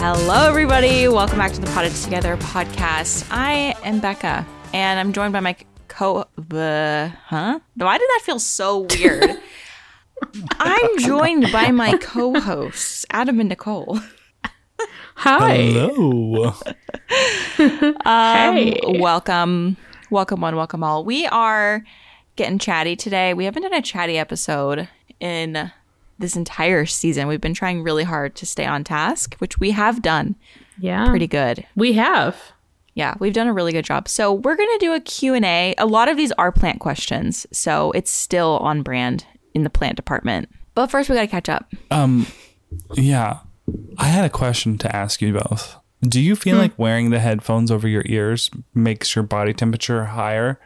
Hello, everybody. Welcome back to the Potted Together podcast. I am Becca, and I'm joined by my co. Uh, huh? Why did that feel so weird? I'm joined by my co-hosts, Adam and Nicole. Hi. Hello. Um, Hey. Welcome, welcome one, welcome all. We are getting chatty today. We haven't done a chatty episode in this entire season. We've been trying really hard to stay on task, which we have done Yeah. pretty good. We have. Yeah, we've done a really good job. So we're gonna do a Q and A. A lot of these are plant questions, so it's still on brand in the plant department. But first, we gotta catch up. Yeah. I had a question to ask you both. Do you Hmm. feel like wearing the headphones over your ears makes your body temperature higher?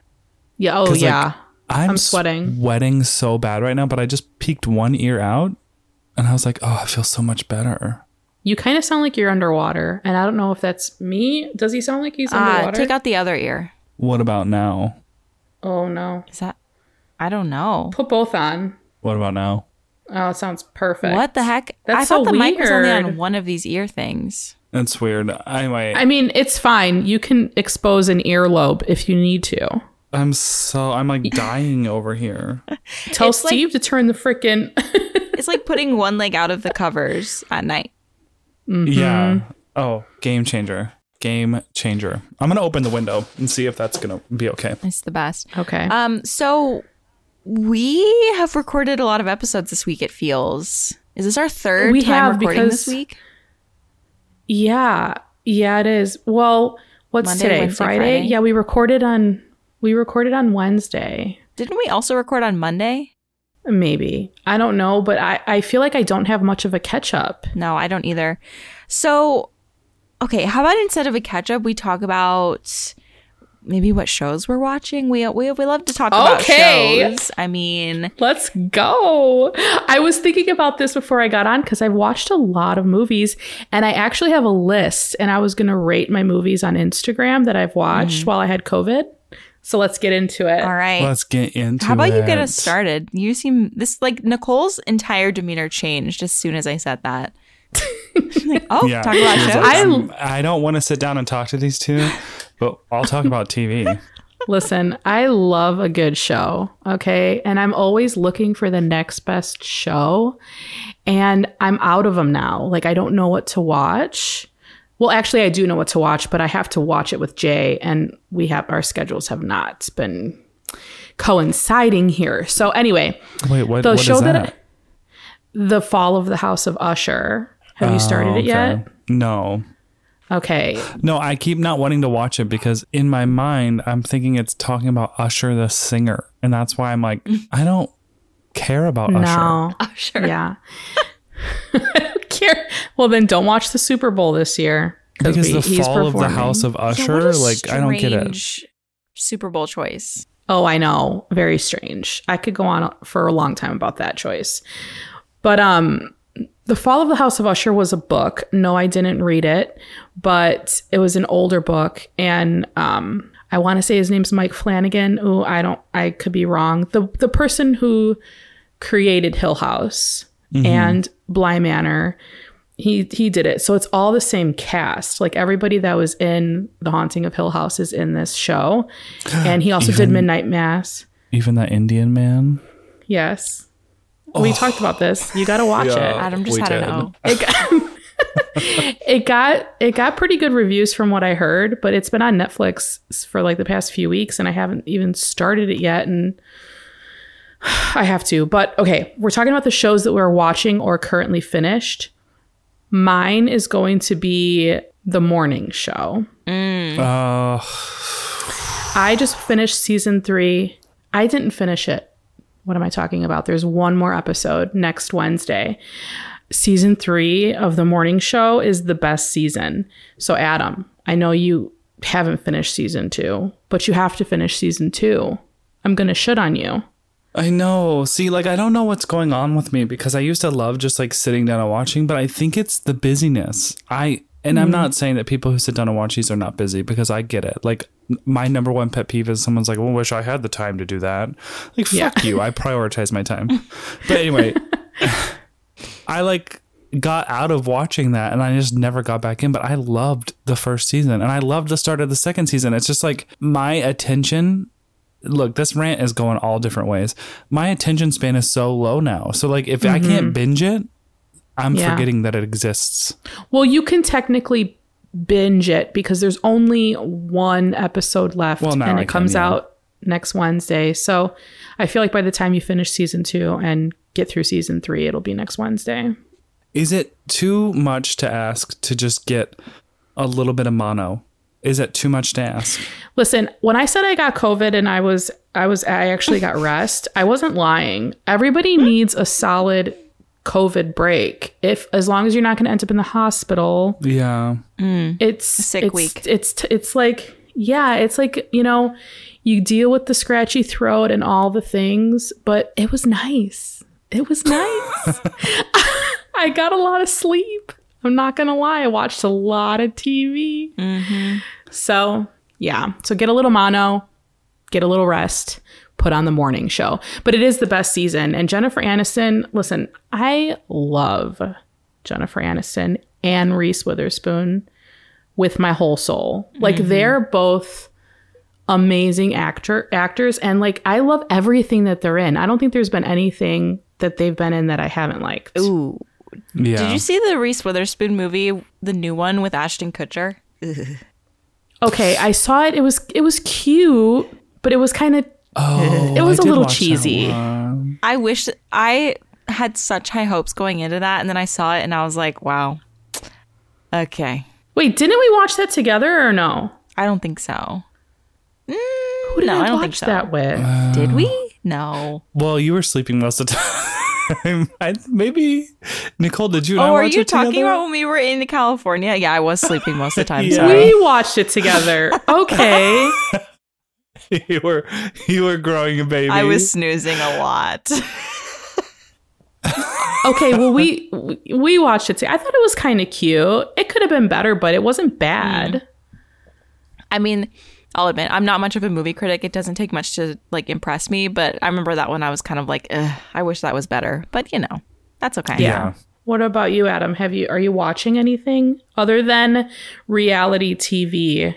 Yeah. Oh, 'Cause, like, yeah. I'm, sweating. Sweating so bad right now, but I just peeked one ear out and I was like, oh, I feel so much better. you kind of sound like you're underwater, and I don't know if that's me. Does he sound like he's Uh, underwater? take out the other ear. What about now? oh no. Is that? I don't know. Put both on. What about now? Oh, it sounds perfect. What the heck? That's I thought so the mic was only on weird. one of these ear things. That's weird. I might. I mean, it's fine. You can expose an earlobe if you need to. I'm so. I'm like dying over here. Tell It's like- Steve to turn the freaking. It's like putting one leg out of the covers at night. Mm-hmm. Yeah. Oh, game changer. Game changer. I'm going to open the window and see if that's going to be okay. It's the best. okay. Um, so we have recorded a lot of episodes this week. It feels. Is this our third We time have, recording this because week? yeah. Yeah, it is. Well, what's Monday, today? Wednesday, Friday? Friday. Yeah, we recorded on we recorded on Wednesday. Didn't we also record on Monday? Maybe. I don't know, but I, I feel like I don't have much of a catch up. No, I don't either. So, okay, how about instead of a catch up, we talk about maybe what shows we're watching? We we, we love to talk Okay. about shows. I mean, Let's go. I was thinking about this before I got on because I've watched a lot of movies and I actually have a list and I was going to rate my movies on Instagram that I've watched while I had COVID. So let's get into it. all right. Let's get into how about you get it. us started? You seem this like Nicole's entire demeanor changed as soon as I said that. Like, oh, Yeah, talk she about was shows. like, "I'm- I don't want to sit down and talk to these two, but I'll talk about TV. Listen, I love a good show, okay? And I'm always looking for the next best show. And I'm out of them now. Like, I don't know what to watch. Well, actually, I do know what to watch, but I have to watch it with Jay, and we have our schedules have not been coinciding here. So, anyway, Wait, what? The what is show that that? I- The Fall of the House of Usher. Have you started Oh, it yet? okay. No, Okay. no. I keep not wanting to watch it because in my mind I'm thinking it's talking about Usher the singer, and that's why I'm like, I don't care about Usher. No. Usher. Yeah. I don't care. Well, then don't watch the Super Bowl this year. Because we- the he's fall of the performing. House of Yeah, Usher, what a like I don't get it. strange Super Bowl choice. Oh, I know. Very strange. I could go on for a long time about that choice. But um The Fall of the House of Usher was a book. No, I didn't read it, but it was an older book and um I want to say his name's Mike Flanagan. Ooh, I don't I could be wrong. The the person who created Hill House and Bly Manor he he did it. So it's all the same cast. Like everybody that was in The Haunting of Hill House is in this show. And he also did Midnight Mass. Even that Indian man. Yes. We talked about this. You got to watch Yeah. Adam just Uh, we had an did. O. it. It got it got pretty good reviews from what I heard, but it's been on Netflix for like the past few weeks and I haven't even started it yet and I have to. But okay, we're talking about the shows that we're watching or currently finished. Mine is going to be The Morning Show. Uh, I just finished season three. I didn't finish it. What am I talking about? There's one more episode next Wednesday. Season three of The Morning Show is the best season. So, Adam, I know you haven't finished season two, but you have to finish season two. I'm going to shit on you. I know. See, like I don't know what's going on with me because I used to love just like sitting down and watching, but I think it's the busyness. I and I'm not saying that people who sit down and watch these are not busy because I get it. Like my number one pet peeve is someone's like, "Well, wish I had the time to do that." Like, fuck you. I prioritize my time. But anyway, I like got out of watching that and I just never got back in, but I loved the first season and I loved the start of the second season. It's just like my attention look, this rant is going all different ways. My attention span is so low now. So like if I Mm-hmm. can't binge it, I'm Yeah. forgetting that it exists. Well, you can technically binge it because there's only one episode left Well, now and I it comes can, yeah. out next Wednesday. So I feel like by the time you finish season two and get through season three, it'll be next Wednesday. Is it too much to ask to just get a little bit of mono? Is it too much to ask? Listen, when I said I got COVID and I was I was I actually got rest, I wasn't lying. Everybody needs a solid COVID break. If as long as you're not going to end up in the hospital, Yeah. it's sick it's, week. It's t- it's like yeah, it's like you know, you deal with the scratchy throat and all the things, but it was nice. It was nice. I got a lot of sleep. I'm not gonna lie. I watched a lot of TV. Mm-hmm. So yeah, so get a little mono, get a little rest, put on the morning show. But it is the best season. And Jennifer Aniston, listen, I love Jennifer Aniston and Reese Witherspoon with my whole soul. Like Mm-hmm. they're both amazing actor actors and like I love everything that they're in. I don't think there's been anything that they've been in that I haven't liked. Ooh. Yeah. Did you see the Reese Witherspoon movie, the new one with Ashton Kutcher? Okay, I saw it. It was it was cute, but it was kind of Oh, It was I a did little watch that cheesy. one. I wish I had such high hopes going into that, and then I saw it and I was like, wow. Okay. Wait, didn't we watch that together or no? I don't think so. Mm, Who did no, I, I don't watch think so. that with? Uh, Did we? No. Well, you were sleeping most of the time. I, maybe Nicole, did you? and I oh, are watch you it talking together? about when we were in California? Yeah, I was sleeping most of the time. Yeah. Sorry. we watched it together. Okay. you were you were growing a baby. I was snoozing a lot. Okay, well we we watched it. together. I thought it was kind of cute. It could have been better, but it wasn't bad. I mean, I'll admit, I'm not much of a movie critic. It doesn't take much to like impress me, but I remember that one I was kind of like, Ugh, I wish that was better. But you know, that's okay. Yeah. What about you, Adam? Have you are you watching anything other than reality TV?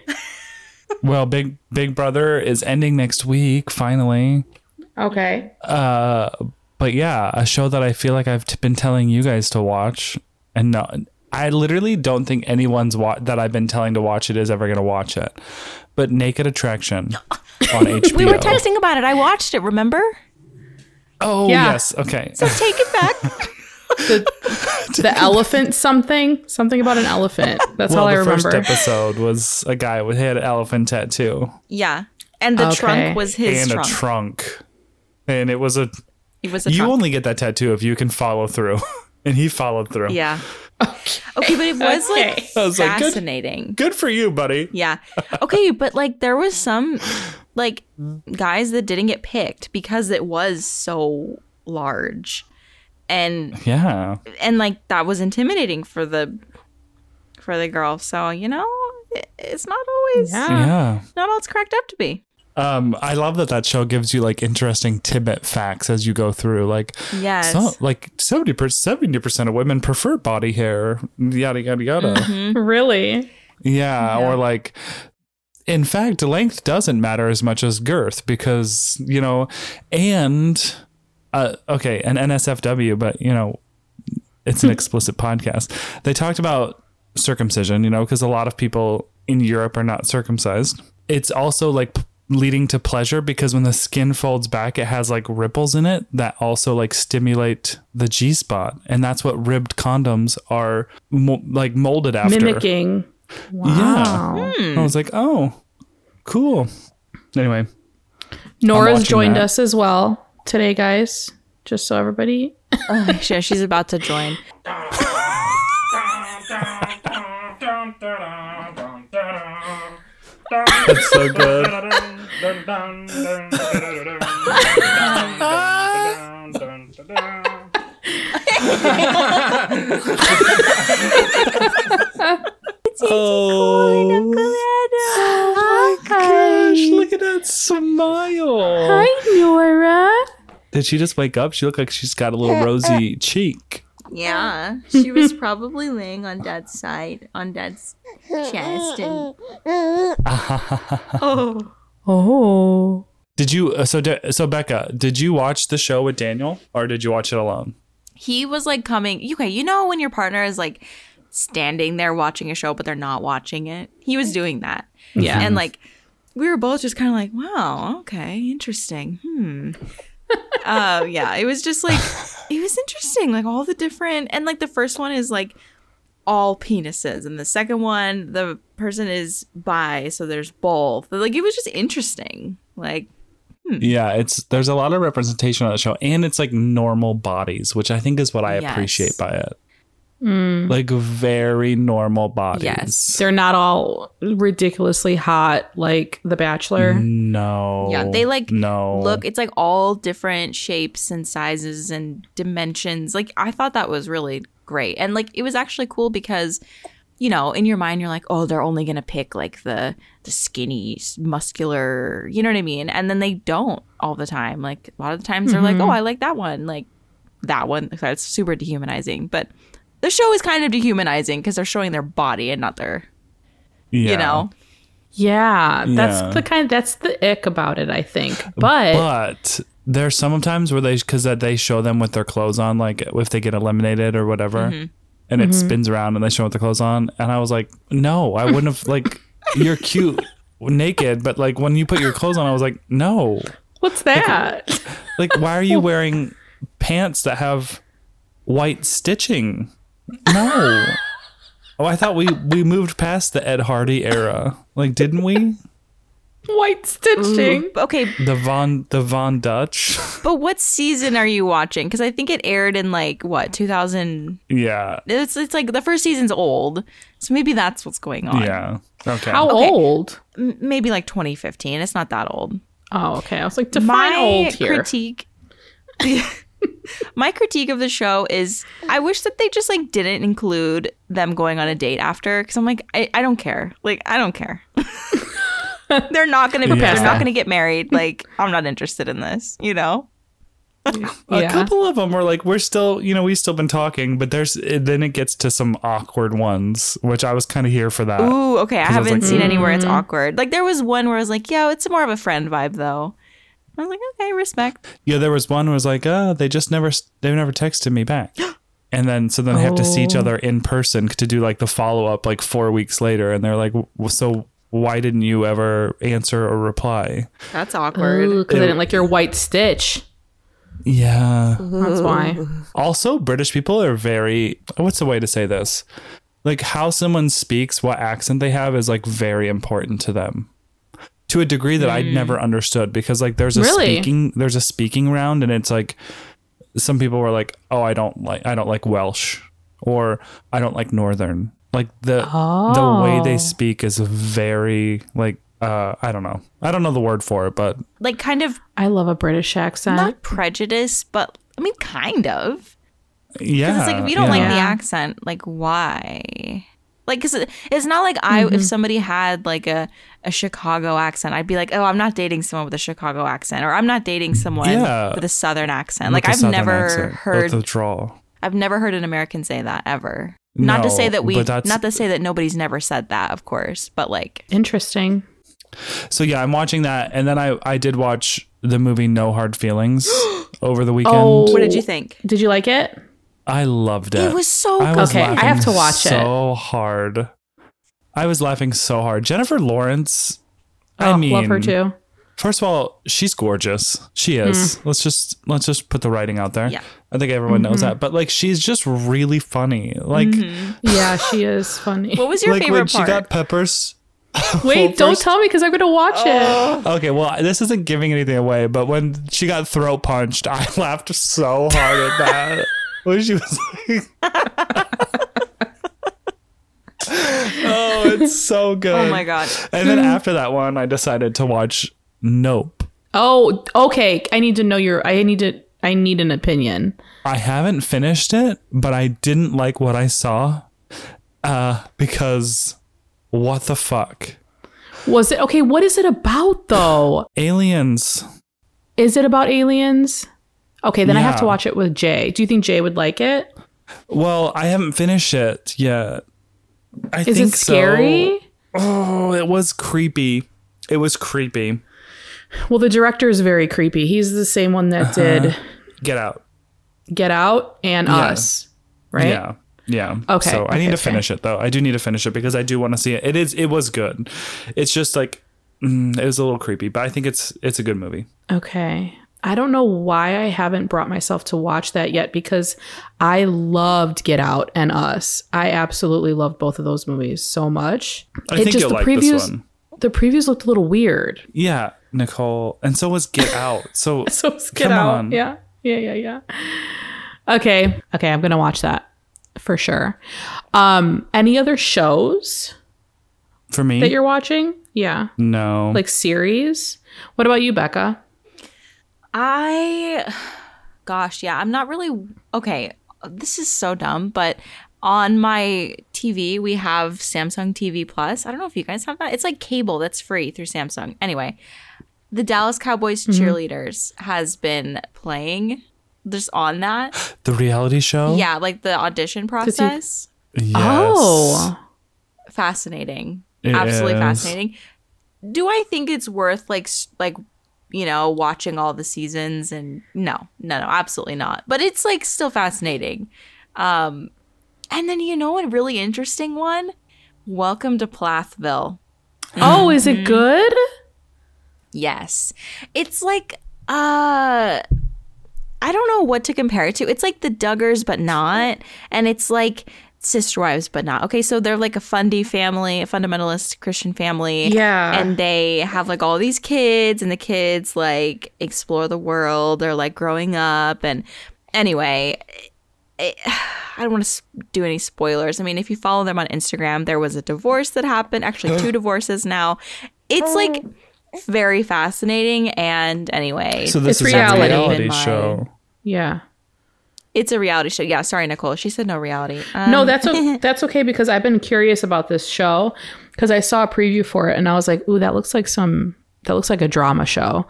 Well, Big Big Brother is ending next week finally. Okay. Uh, but yeah, a show that I feel like I've t- been telling you guys to watch, and no, I literally don't think anyone's wa- that I've been telling to watch it is ever gonna watch it. But Naked Attraction on HBO. We were texting about it. I watched it, remember? oh Yeah. yes, okay. Take it back. The, the elephant something something about an elephant. That's well, all I the remember. first episode was a guy with he had an elephant tattoo yeah. And the Okay. trunk was his and trunk. a trunk, and it was a It was a you trunk. only get that tattoo if you can follow through. and he followed through. yeah. Okay, but it was Okay. like was like, good- fascinating. Good for you, buddy. Yeah. Okay, but like there was some like guys that didn't get picked because it was so large. And Yeah. and like that was intimidating for the for the girl. So, you know, it, it's not always Yeah. Yeah. not all it's cracked up to be. Um, I love that that show gives you like interesting tidbit facts as you go through. Like, Yes. so, like seventy seventy percent of women prefer body hair. Yada yada yada. Mm-hmm. Really? Yeah, or like, in fact, length doesn't matter as much as girth because you know, and uh, okay, an NSFW, but you know, it's an explicit podcast. They talked about circumcision, you know, because a lot of people in Europe are not circumcised. It's also like p- leading to pleasure because when the skin folds back, it has like ripples in it that also like stimulate the G spot, and that's what ribbed condoms are mo- like molded after. Mimicking. Yeah. I was like, oh, cool. Anyway, Nora's watching joined that. us as well today, guys. Just so everybody. She- she's about to join. that's so good. Oh oh, gosh, look at that smile. Hi, Nora. Did she just wake up? She looked like she's got a little rosy cheek. Yeah, she was probably laying on Dad's side, on Dad's chest, and oh, Oh. Did you uh, so De- so Becca? Did you watch the show with Daniel, or did you watch it alone? he was like coming. Okay, you know when your partner is like standing there watching a show, but they're not watching it. He was doing that. Yeah. and like we were both just kind of like wow okay interesting hmm uh yeah it was just like it was interesting like all the different and like the first one is like all penises and the second one the person is bi so there's both but, like it was just interesting like Yeah, it's there's a lot of representation on the show, and it's like normal bodies, which I think is what I Yes. appreciate by it. Like very normal bodies. Yes. They're not all ridiculously hot like The Bachelor. Mm. No. yeah they like no look it's like all different shapes and sizes and dimensions like i thought that was really great and like it was actually cool because you know in your mind you're like oh they're only gonna pick like the the skinny s- muscular you know what i mean and then they don't all the time like a lot of the times they're like oh i like that one like that one So it's super dehumanizing but the show is kind of dehumanizing because they're showing their body and not their Yeah. you know Yeah, that's Yeah. the kind. That's the ick about it, I think. But, But there's sometimes where they because that they show them with their clothes on, like if they get eliminated or whatever, Mm-hmm. and it spins around and they show with their clothes on, and I was like, no, I wouldn't have like you're cute naked, but like when you put your clothes on, I was like, no, what's that? Like, why are you wearing pants that have white stitching? No. Oh, I thought we we moved past the Ed Hardy era. Like, didn't we? White stitching. okay The Von the Von Dutch. But what season are you watching? Because I think it aired in like what 2000. yeah. It's it's like the first season's old, so maybe that's what's going on. Yeah. Okay. How Okay. old? M- maybe like 2015. It's not that old. Oh, okay. I was like, define old here. critique. my critique of the show is I wish that they just like didn't include them going on a date after because I'm like I, I don't care like I don't care. they're not gonna be, past they're not that. gonna get married. Like I'm not interested in this. You know. a yeah. couple of them were like, we're still, you know, we've still been talking, but there's then it gets to some awkward ones, which I was kind of here for that. Ooh, okay. I I was haven't like, seen any where it's awkward. Like there was one where I was like, "Yo, it's more of a friend vibe, though." I was like, "Okay, respect." Yeah, there was one who was like, oh, they just never they never texted me back. And then so then they have to see each other in person to do like the follow up like 4 weeks later and they're like "W- so why didn't you ever answer or reply? That's Ooh, awkward. 'cause I didn't like your white stitch. Yeah. That's why. Also, British people are very what's the way to say this? Like how someone speaks, what accent they have is like very important to them. To a degree that I'd never Hmm. understood because like there's a Really? speaking there's a speaking round and it's like some people were like, "Oh, I don't like I don't like Welsh or I don't like northern." Like the the way Oh. they speak is very like uh I don't know. I don't know the word for it, but Like kind of I love a British accent. not prejudice, but I mean, kind of. yeah. Because it's like if you don't yeah. like the Yeah. accent, like why? Like, cause it- it's not like I if somebody had like a a Chicago accent, I'd be like, "Oh, I'm not dating someone with a Chicago accent," or "I'm not dating someone Yeah. with a Southern accent." With Like the I've southern never accent. heard That's a draw. I've never heard an American say that ever. Not to No, say that we, but that's- not to say that nobody's never said that, of course, but like, Interesting. So yeah, I'm watching that, and then I I did watch the movie No Hard Feelings over the weekend. Oh. what did you think? Did you like it? I loved it. It was so I was Okay, I laughing have to watch it. so hard. I was laughing so hard. Jennifer Lawrence. Oh, I mean, love her too. Hmm. First of all, she's gorgeous. She is. Let's just let's just put the writing out there. Yeah. I think everyone knows Mm-hmm. that. But like, she's just really funny. Like, Yeah, she is funny. What was your like favorite when part? she got peppers Wait, Well, do don't first- Oh. tell me because I'm gonna watch it. Okay, well, this isn't giving anything away, but when she got throat punched, I laughed so hard at that. when she was like, "Oh, it's so good!" Oh my god. And then after that one, I decided to watch Nope. Oh, okay. I need to know your. I need to. I need an opinion. I haven't finished it, but I didn't like what I saw uh, because what the fuck? Was it okay? What is it about though? Aliens. Is it about aliens? Okay, then I have to Yeah. watch it with Jay. Do you think Jay would like it? Well, I haven't finished it yet. I Is think it scary? So. Oh, it was creepy. It was creepy. Well, the director is very creepy. He's the same one that Uh-huh. did Get out. Get Out and Us, right? Yeah. Yeah. Okay, So I okay, need to okay. finish it though. I do need to finish it because I do want to see it. It is. It was good. It's just like mm, it was a little creepy, but I think it's it's a good movie. Okay. I don't know why I haven't brought myself to watch that yet because I loved Get Out and Us. I absolutely loved both of those movies so much. I think you'll like this one. The previews looked a little weird. Yeah, Nicole. And so was Get Out. So So it's Get Come Out. on. Yeah. Yeah, yeah, yeah. Okay. Okay, I'm going to watch that for sure. Um any other shows for me, that you're watching? Yeah. no. Like series? What about you, Becca? I, gosh, yeah, I'm not really okay. This is so dumb, but on my TV we have Samsung TV Plus. I don't know if you guys have that. It's like cable that's free through Samsung. Anyway, the Dallas Cowboys cheerleaders has been playing just on that. the reality show. Yeah, like the audition process. Yes. Oh. Fascinating. It Absolutely is. fascinating. Do I think it's worth like s- like you know watching all the seasons and no no no absolutely not but it's like still fascinating um and then you know a really interesting one welcome to plathville Oh, is it good? Yes. It's like uh I don't know what to compare it to. It's like the Duggars but not and it's like sister wives but not. Okay, so they're like a fundy family, a fundamentalist Christian family. Yeah. And they have like all these kids and the kids like explore the world, they're like growing up and anyway, I don't want to do any spoilers. I mean, if you follow them on Instagram, there was a divorce that happened, actually, two divorces now. It's like very fascinating. And anyway, So this It's is reality. a reality In my- show. Yeah. it's a reality show. Yeah, sorry, Nicole. She said no reality. Um, No, that's o- that's okay because I've been curious about this show because I saw a preview for it and I was like, "Ooh, that looks like some that looks like a drama show."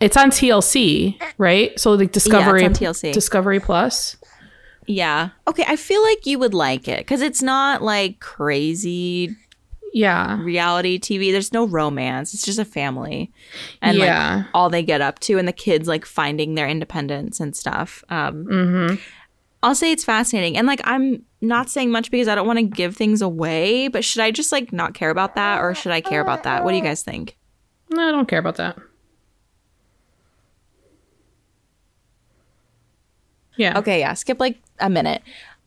It's on TLC, right? So like Discovery on TLC. Discovery Plus. yeah. Okay, I feel like you would like it because it's not like crazy Yeah. reality TV. There's no romance. It's just a family, and Yeah. like all they get up to, and the kids like finding their independence and stuff. Um, Mm-hmm. I'll say it's fascinating, and like I'm not saying much because I don't want to give things away. But should I just like not care about that, or should I care about that? What do you guys think? No, I don't care about that. Yeah. Okay, yeah, skip like a minute.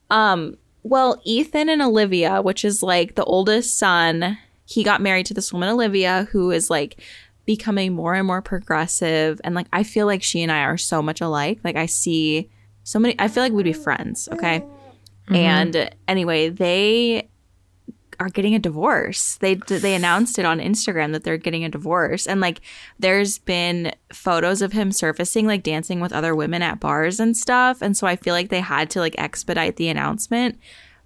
Um, well, Ethan and Olivia, which is like the oldest son, he got married to this woman, Olivia, who is like becoming more and more progressive. And like, I feel like she and I are so much alike. Like, I see so many, I feel like we'd be friends. Okay. And anyway, they are getting a divorce. They they announced it on Instagram that they're getting a divorce, and like there's been photos of him surfacing, like dancing with other women at bars and stuff. And so I feel like they had to like expedite the announcement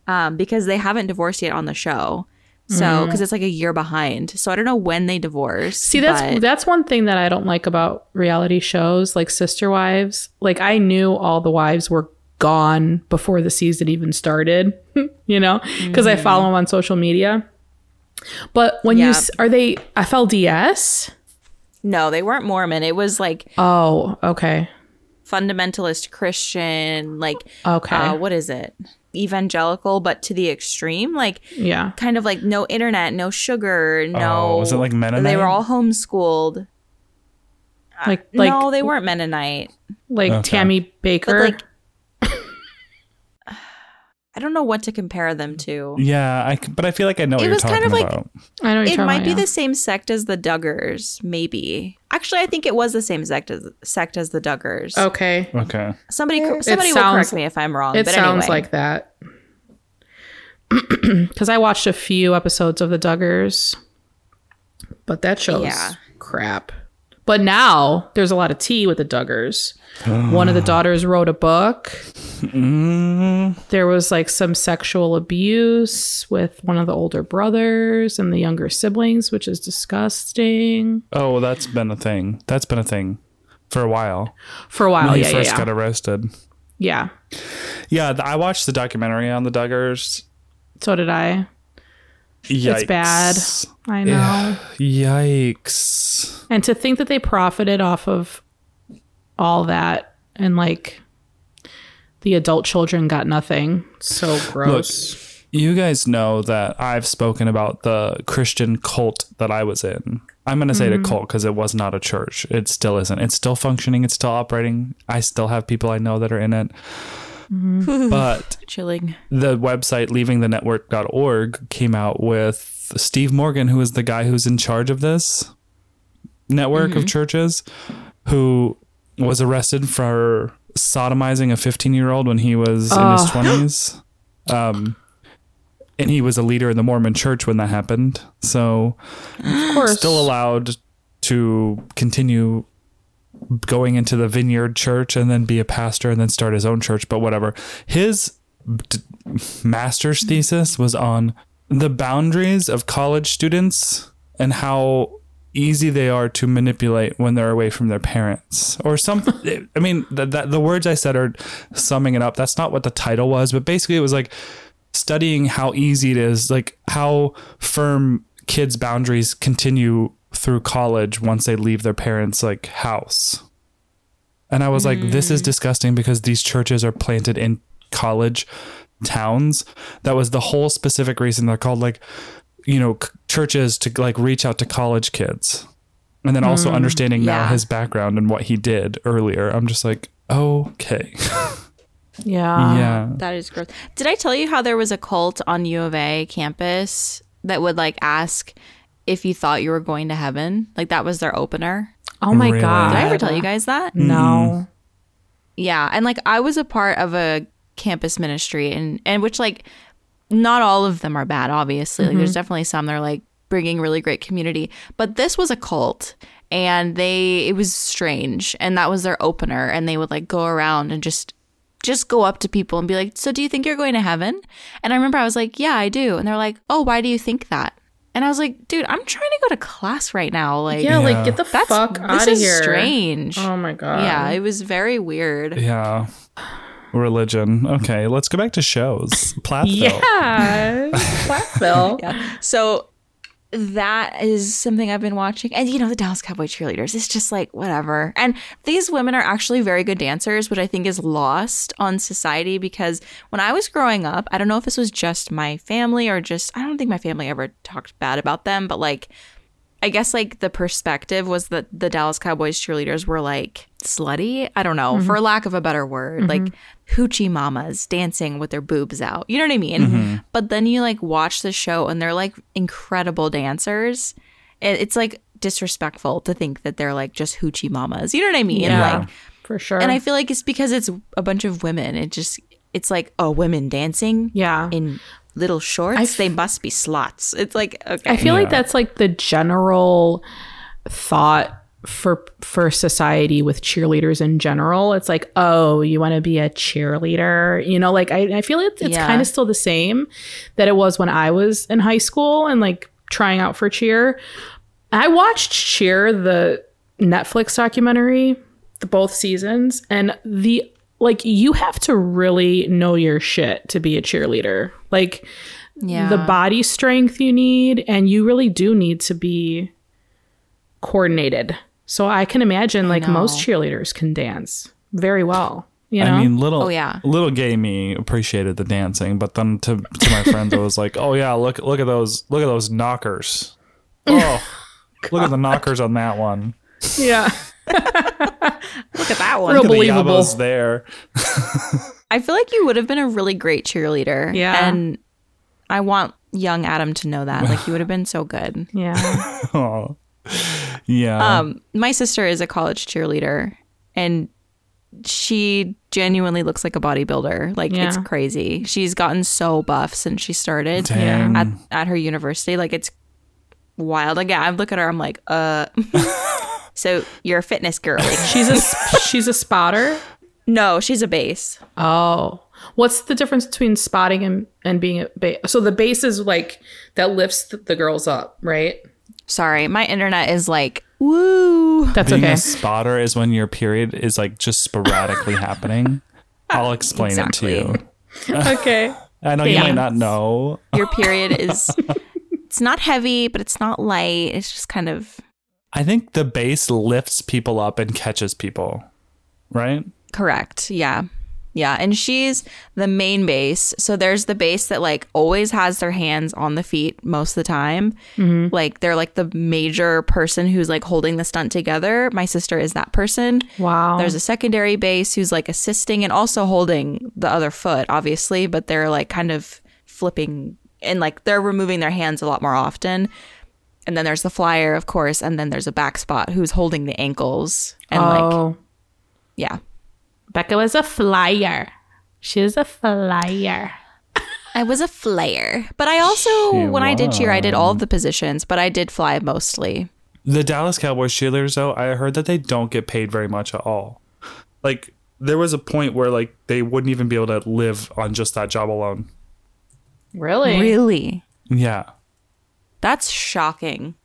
um, because they haven't divorced yet on the show. So because it's like a year behind, so I don't know when they divorce. Mm-hmm. See, that's but- that's one thing that I don't like about reality shows like Sister Wives. Like I knew all the wives were gone before the season even started, you know, because Mm-hmm. I follow them on social media. But when you Yeah. s- are they FLDS? no, they weren't Mormon. It was like Oh, okay. fundamentalist Christian, like Okay. uh, what is it? Evangelical, but to the extreme, like yeah. kind of like no internet, no sugar, no. Oh, was it like Mennonite? They were all homeschooled. Like like uh, no, they weren't Mennonite. like Okay. Tammy Baker. like- I don't know what to compare them to. Yeah, I, c- but I feel like I know what It you're was talking kind of like- about. I know what you're It talking might about be now. the same sect as the Duggars, maybe. Actually, I think it was the same sect as sect as the Duggars. Okay. okay. Somebody, somebody will sounds- correct me if I'm wrong. It but sounds anyway. like that. Because I watched a few episodes of The Duggars, but that shows Yeah. crap. But now there's a lot of tea with the Duggars. One of the daughters wrote a book. Mm-hmm. There was like some sexual abuse with one of the older brothers and the younger siblings, which is disgusting. Oh, well, that's been a thing. That's been a thing for a while. For a while, when Oh, yeah, he yeah, first yeah. got arrested. yeah. Yeah, th- I watched the documentary on the Duggars. So did I. It's bad. Yikes. I know. Yikes. And to think that they profited off of all that and like the adult children got nothing. So gross. You guys know that I've spoken about the Christian cult that I was in. I'm going to say it a cult because it was not a church. It still isn't. It's still functioning. It's still operating. I still have people I know that are in it. But chilling. the website leavingthenetwork.org came out with Steve Morgan, who is the guy who's in charge of this network of churches, who was arrested for sodomizing a 15 year old when he was in his 20s. Um, and he was a leader in the Mormon church when that happened. So, of course. still allowed to continue going into the vineyard church and then be a pastor and then start his own church but whatever his d- master's thesis was on the boundaries of college students and how easy they are to manipulate when they're away from their parents or some i mean the, the, the words i said are summing it up that's not what the title was but basically it was like studying how easy it is like how firm kids boundaries continue through college once they leave their parents like house and I was like, this is disgusting because these churches are planted in college towns. That was the whole specific reason they're called like, you know, c- churches to like reach out to college kids. And then also understanding now yeah. his background and what he did earlier. I'm just like, okay. yeah. yeah. That is gross. Did I tell you how there was a cult on U of A campus that would like ask if you thought you were going to heaven? Like that was their opener. Oh my Really? Mm-hmm. god. Did I ever tell you guys that? No. Yeah, and like I was a part of a campus ministry, and and which like not all of them are bad, obviously. Like Mm-hmm. there's definitely some that are like bringing really great community, but this was a cult, and they it was strange, and that was their opener, and they would like go around and just just go up to people and be like, "So do you think you're going to heaven?" And I remember I was like, "Yeah, I do," and they're like, "Oh, why do you think that?" And I was like, "Dude, I'm trying to go to class right now. Like, Yeah, Yeah. like get the that's fuck this out of is here. strange." Oh my god. yeah, it was very weird. Yeah. Religion. Okay. Let's go back to shows. Plathville. Yeah. Plathville. So that is something I've been watching. And you know, the Dallas Cowboy cheerleaders, it's just like whatever. And these women are actually very good dancers, which I think is lost on society because when I was growing up, I don't know if this was just my family or just I don't think my family ever talked bad about them, but like I guess like the perspective was that the Dallas Cowboys cheerleaders were like slutty. I don't know, Mm-hmm. for lack of a better word, like hoochie mamas dancing with their boobs out. You know what I mean? Mm-hmm. But then you like watch the show and they're like incredible dancers. It, it's like disrespectful to think that they're like just hoochie mamas. You know what I mean? Yeah. Like, For sure. and I feel like it's because it's a bunch of women. It just it's like oh, women dancing yeah. in little shorts. they must be slots. It's like okay. I feel like that's like the general thought for for society with cheerleaders in general. It's like, oh, you want to be a cheerleader, you know? Like I, I feel it, it's Yeah. kind of still the same that it was when I was in high school and like trying out for cheer. I watched Cheer the Netflix documentary, the both seasons, and the like. You have to really know your shit to be a cheerleader. Like yeah. the body strength you need and you really do need to be coordinated so i can imagine like most cheerleaders can dance very well you know I mean, little Oh, yeah. little gay me appreciated the dancing, but then to to my friends, I was like, "Oh yeah, look look at those look at those knockers! Oh, look at the knockers on that one! yeah look at that one. real Look at the believable yabos there! I feel like you would have been a really great cheerleader. Yeah. And I want young Adam to know that. Like you would have been so good. Yeah. Oh. Yeah. Um, my sister is a college cheerleader and she genuinely looks like a bodybuilder. Like it's Yeah. crazy. She's gotten so buff since she started Dang. at, at her university. Like it's wild. Like I look at her, I'm like, uh so you're a fitness girl. she's a s- she's a spotter. no, she's a base. Oh. What's the difference between spotting and, and being a base? So the base is like that lifts the, the girls up, right? Sorry, my internet is like, woo. That's Being okay. a spotter is when your period is like just sporadically happening. I'll explain it to Exactly. you. uh, okay. I know you might Thanks. not know. your period is it's not heavy but it's not light it's just kind of I think the base lifts people up and catches people, right? correct yeah yeah and she's the main base so there's the base that like always has their hands on the feet most of the time Mm-hmm. like they're like the major person who's like holding the stunt together my sister is that person Wow. There's a secondary base who's like assisting and also holding the other foot, obviously, but they're like kind of flipping and like they're removing their hands a lot more often. And then there's the flyer, of course, and then there's a back spot who's holding the ankles and like oh. yeah. Becca was a flyer. She's a flyer. I was a flyer, but I also when I did cheer, I did all of the positions, but I did fly mostly. The Dallas Cowboys cheerleaders, though, I heard that they don't get paid very much at all. Like, there was a point where like they wouldn't even be able to live on just that job alone. Really? Really? Yeah. That's shocking.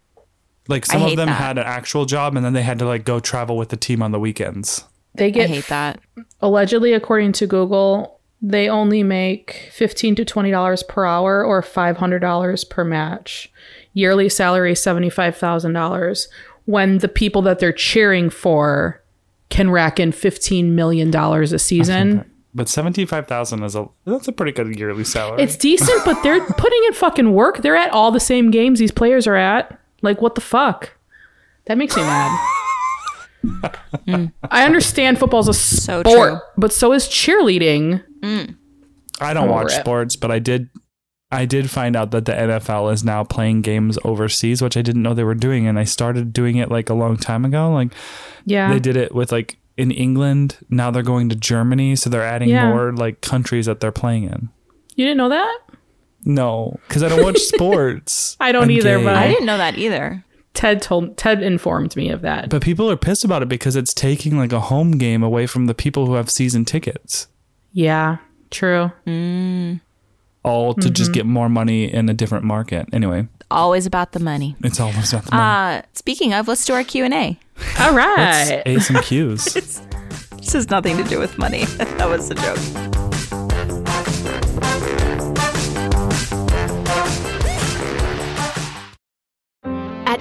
Like some of hate them that. had an actual job and then they had to like go travel with the team on the weekends. They I get hate that. allegedly according to Google, they only make 15 to 20 dollars per hour or $500 per match. Yearly salary $75,000 when the people that they're cheering for can rack in 15 million dollars a season. But seventy five thousand is a that's a pretty good yearly salary. It's decent, but they're putting in fucking work. They're at all the same games these players are at. Like, what the fuck? That makes me mad. I understand football's a So sport, true. but so is cheerleading. I don't watch rip. sports, but I did I did find out that the NFL is now playing games overseas, which I didn't know they were doing, and I started doing it like a long time ago. Like Yeah. they did it with like in England. Now they're going to Germany, so they're adding Yeah. more like countries that they're playing in. You didn't know that? No, because I don't watch sports. I don't I'm either, gay. but I I- didn't know that either. Ted told Ted informed me of that. But people are pissed about it because it's taking like a home game away from the people who have season tickets, yeah, true. all to Mm-hmm. just get more money in a different market. Anyway, Always about the money. it's all about the money. Uh, speaking of, let's do our Q and A. All Let's Ah, right. A's and Q's. This has nothing to do with money. that was a joke. At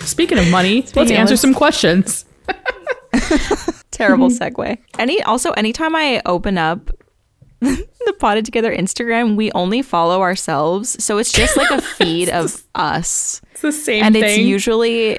Speaking of money, let's answer some questions. Terrible Mm-hmm. segue. Any also anytime I open up the potted together Instagram, we only follow ourselves, so it's just like a feed of us, It's the same and it's usually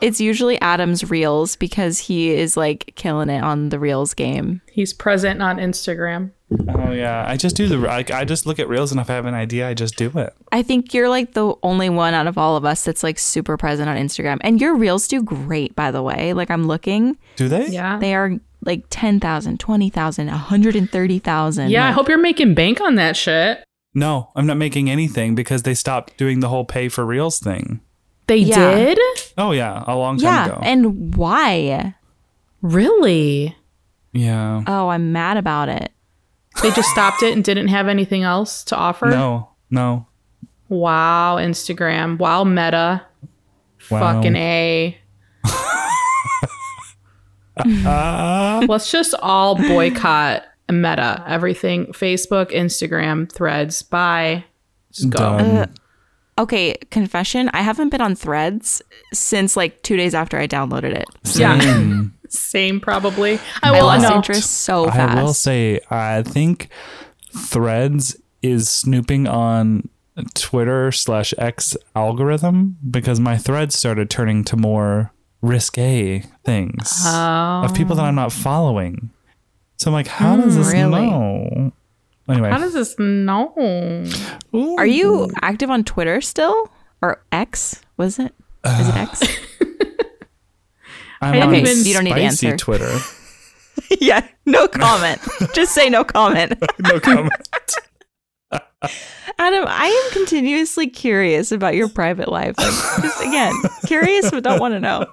it's usually Adam's reels because he is like killing it on the reels game. He's present on Instagram. Oh yeah, I just do the like. I just look at reels, and if I have an idea, I just do it. I think you're like the only one out of all of us that's like super present on Instagram, and your reels do great, by the way. Like I'm looking. Do they? Yeah. they are like 10,000, 20,000, 130,000. yeah, I Like, hope you're making bank on that shit. No, I'm not making anything because they stopped doing the whole pay for reels thing. They Yeah. did? Oh yeah, a long time yeah. ago. And why? Really? yeah. Oh, I'm mad about it. They just stopped it and didn't have anything else to offer? No, no. Wow, Instagram. Wow, Meta. Wow. Fucking A. Let's just all boycott Meta. Everything Facebook, Instagram, threads. Bye. Just go. Done. Uh, Okay, confession. I haven't been on Threads since like two days after I downloaded it. Yeah. Same, probably. I I will lost Oh, no. interest so fast. I will say, I think Threads is snooping on Twitter slash X algorithm because my threads started turning to more risque things Oh. of people that I'm not following. So I'm like, how does this Hmm, really? know? Anyway, How does this know? Ooh. Are you active on Twitter still or X? Was it? Is it X? I'm I on haven't been- You don't need to spicy answer. Twitter. yeah. No comment. Just say no comment. No comment. Adam, I am continuously curious about your private life. Like, just again, curious but don't want to know.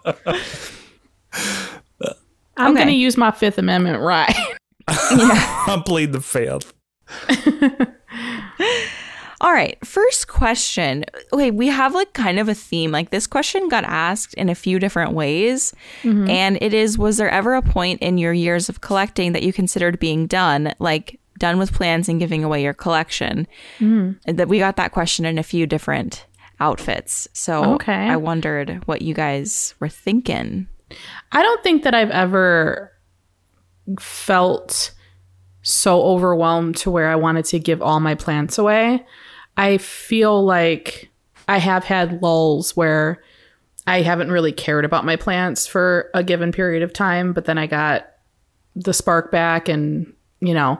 I'm Okay. going to use my Fifth Amendment right. I'll plead the fifth. All right, first question. Okay, we have like kind of a theme. Like this question got asked in a few different ways. And it is Was there ever a point in your years of collecting that you considered being done, like done with plans and giving away your collection? And That we got that question in a few different outfits. So Okay. I wondered what you guys were thinking. I don't think that I've ever felt so overwhelmed to where I wanted to give all my plants away. I feel like I have had lulls where I haven't really cared about my plants for a given period of time, but then I got the spark back and, you know,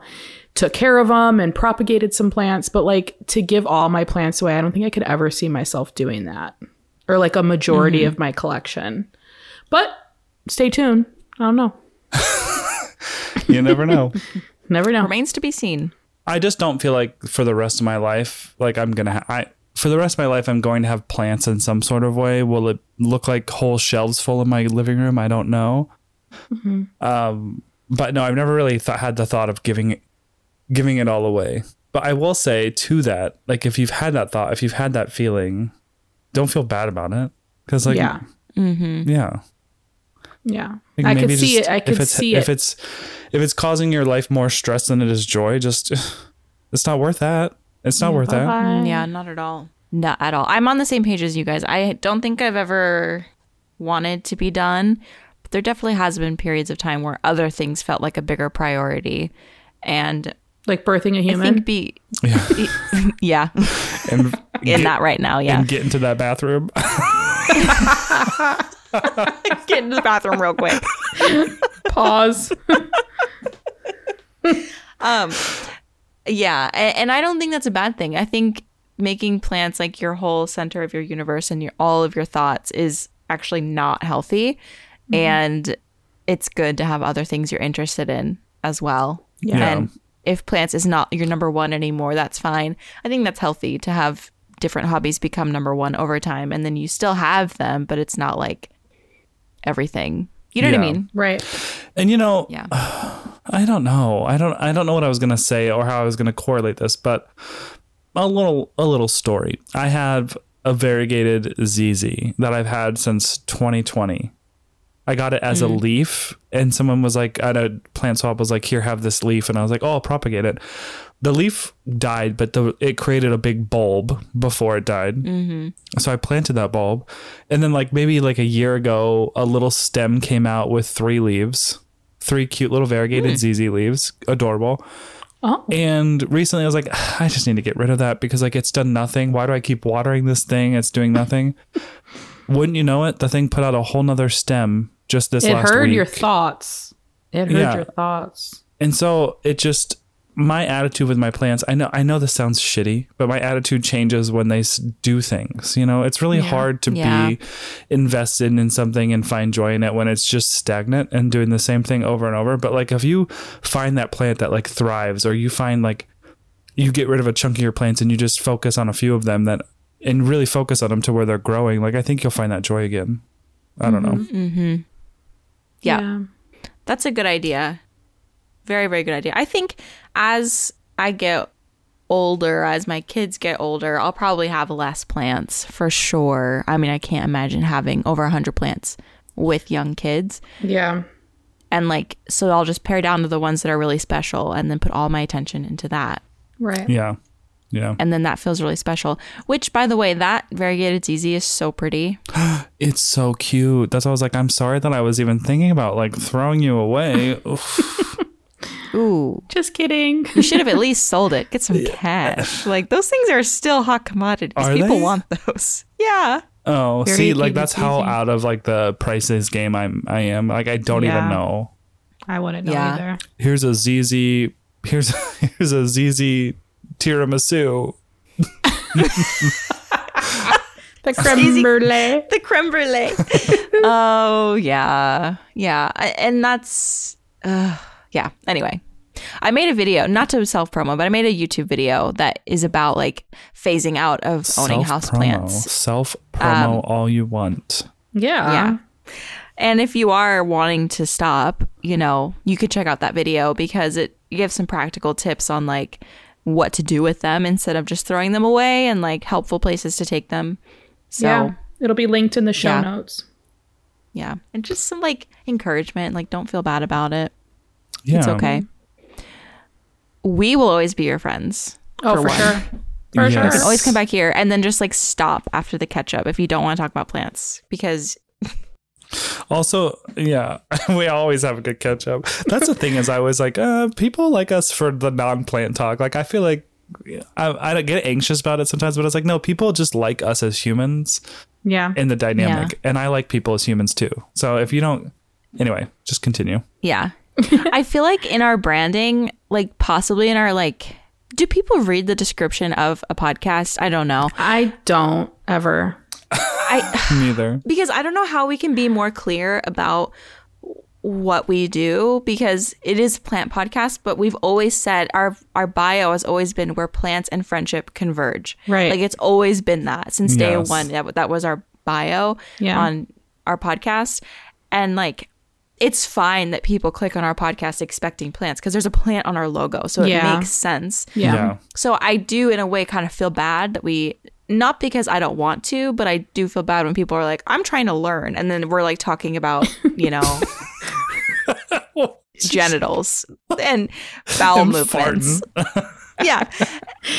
took care of them and propagated some plants. But like to give all my plants away, I don't think I could ever see myself doing that or like a majority of my collection. But stay tuned. I don't know. You never know. Never know. Remains to be seen. I just don't feel like for the rest of my life, like I'm gonna. Ha- I for the rest of my life, I'm going to have plants in some sort of way. Will it look like whole shelves full in my living room? I don't know. Um, but no, I've never really th- had the thought of giving giving it all away. But I will say to that, like if you've had that thought, if you've had that feeling, don't feel bad about it because like yeah. yeah. Yeah. Like, I could maybe see just- it. I could if it's, see if it. it's if it's causing your life more stress than it is joy. Just it's not worth that. It's not worth that. Bye. Mm, Yeah, not at all. Not at all. I'm on the same page as you guys. I don't think I've ever wanted to be done, but there definitely has been periods of time where other things felt like a bigger priority. And Like birthing a I human. think be yeah, And in that right now, yeah. and get into that bathroom. Get into the bathroom real quick. Pause. Yeah, and, and I don't think that's a bad thing. I think making plants like your whole center of your universe and your all of your thoughts is actually not healthy, Mm-hmm. and it's good to have other things you're interested in as well. Yeah. And if plants is not your number one anymore, that's fine. I think that's healthy to have different hobbies become number one over time, and then you still have them, but it's not like everything. You know what I Yeah. mean? right. And you know, Yeah. I don't know. I don't I don't know what I was going to say or how I was going to correlate this, but a little a little story. I have a variegated ZZ that I've had since 2020. I got it as a leaf, and someone was like, at a plant swap, was like, "Here, have this leaf," and I was like, "Oh, I'll propagate it." The leaf died, but the it created a big bulb before it died. So I planted that bulb, and then like maybe like a year ago, a little stem came out with three leaves, three cute little variegated ZZ leaves, adorable. Oh. And recently, I was like, "Ah, I just need to get rid of that because like it's done nothing. Why do I keep watering this thing? It's doing nothing. Wouldn't you know it? The thing put out a whole nother stem just this It last heard week. your thoughts. It heard Yeah. your thoughts. And so it just my attitude with my plants. I know I know this sounds shitty, but my attitude changes when they s- do things. You know, it's really hard to Yeah. be invested in something and find joy in it when it's just stagnant and doing the same thing over and over. But like if you find that plant that like thrives or you find like you get rid of a chunk of your plants and you just focus on a few of them that and really focus on them to where they're growing, like I think you'll find that joy again. I don't know. yeah. That's a good idea. Very, very good idea. I think as I get older, as my kids get older, I'll probably have less plants for sure. I mean, I can't imagine having over 100 plants with young kids. Yeah. And like, so I'll just pare down to the ones that are really special and then put all my attention into that. Right. Yeah. Yeah. And then that feels really special. Which, by the way, that variegated ZZ is so pretty. It's so cute. That's why I was like, I'm sorry that I was even thinking about like throwing you away. Oof. Ooh. Just kidding. You should have at least sold it. Get some cash. Like those things are still hot commodities. Are People they? want those. Yeah. Oh, see, Variegated like that's how season. out of like the prices game I'm I am. Like I don't Yeah. even know. I wouldn't know Yeah. either. Here's a ZZ. Here's here's a ZZ tiramisu. The creme brulee. The creme brulee. oh yeah, yeah, I- and that's uh, yeah. Anyway, I made a video, not to self promo, but I made a YouTube video that is about like phasing out of owning houseplants. Um, Self promo all you want. Yeah. Yeah. And if you are wanting to stop, you know, you could check out that video because it gives some practical tips on like what to do with them instead of just throwing them away and like helpful places to take them. So, Yeah. It'll be linked in the show Yeah. notes. yeah. And just some like encouragement, like don't feel bad about it. Yeah. It's okay. We will always be your friends. Oh, for, one. sure. For Yes. sure. Always come back here and then just like stop after the catch up if you don't want to talk about plants because Also, yeah, we always have a good catch up. That's the thing is, I was like, uh, people like us for the non plant talk. Like, I feel like I, I get anxious about it sometimes, but it's like, no, people just like us as humans Yeah. in the dynamic, and I like people as humans too. So if you don't, anyway, just continue. Yeah. I feel like in our branding, like possibly in our like do people read the description of a podcast? I don't know. I don't ever. I Neither. because I don't know how we can be more clear about what we do because it is plant podcast, but we've always said our our bio has always been where plants and friendship converge. Right. Like it's always been that since day Yes. one. That, that was our bio Yeah. on our podcast. And like it's fine that people click on our podcast expecting plants because there's a plant on our logo. So it Yeah. makes sense. Yeah. So I do, in a way, kind of feel bad that we, not because I don't want to, but I do feel bad when people are like, I'm trying to learn. And then we're like talking about, you know, genitals and bowel And movements. yeah.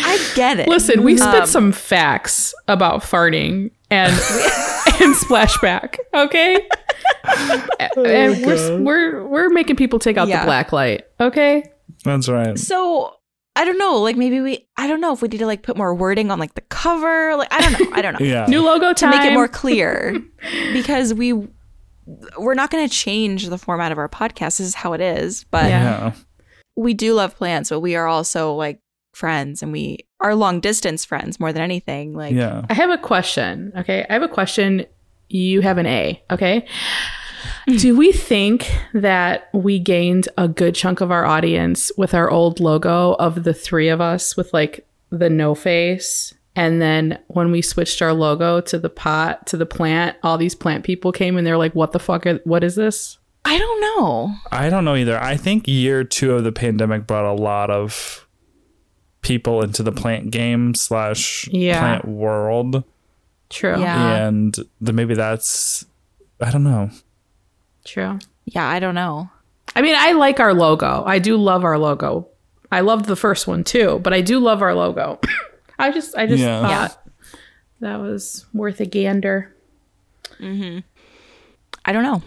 I get it. Listen, we Um, spit some facts about farting and and splashback. Okay. and we're, we're we're making people take out Yeah. the black light. Okay. That's right. So I don't know. Like maybe we, I don't know if we need to like put more wording on like the cover. Like, I don't know. I don't know. Yeah. New logo to time. make it more clear because we, we're not going to change the format of our podcast. This is how it is. But Yeah. yeah. we do love plants, but we are also like friends and we are long distance friends more than anything. Like, Yeah. I have a question. Okay. I have a question. You have an A. Okay. Do we think that we gained a good chunk of our audience with our old logo of the three of us with like the no face? And then when we switched our logo to the pot, to the plant, all these plant people came and they're like, what the fuck? Are, what is this? I don't know. I don't know either. I think year two of the pandemic brought a lot of people into the plant game slash Yeah. plant world. True. Yeah. and the, maybe that's I don't know. True. Yeah, I don't know. I mean, I like our logo. I do love our logo. I loved the first one too, but I do love our logo. I just, I just Yeah. thought Yeah. that was worth a gander. I don't know.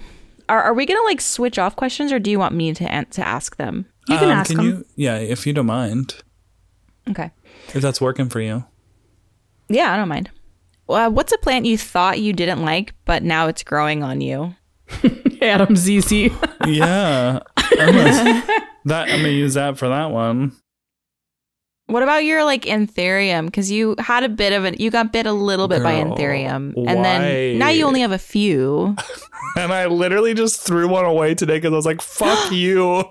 Are, are we going to like switch off questions or do you want me to, an- to ask them? You can ask them. Um, you? Yeah, if you don't mind, Okay. if that's working for you. Yeah, I don't mind. Uh, what's a plant you thought you didn't like, but now it's growing on you? Adam ZZ. Yeah, Unless- that I'm gonna use that for that one. What about your like antherium? Because you had a bit of an, you got bit a little bit by Girl, antherium, and then why? now you only have a few. And I literally just threw one away today because I was like, "Fuck you."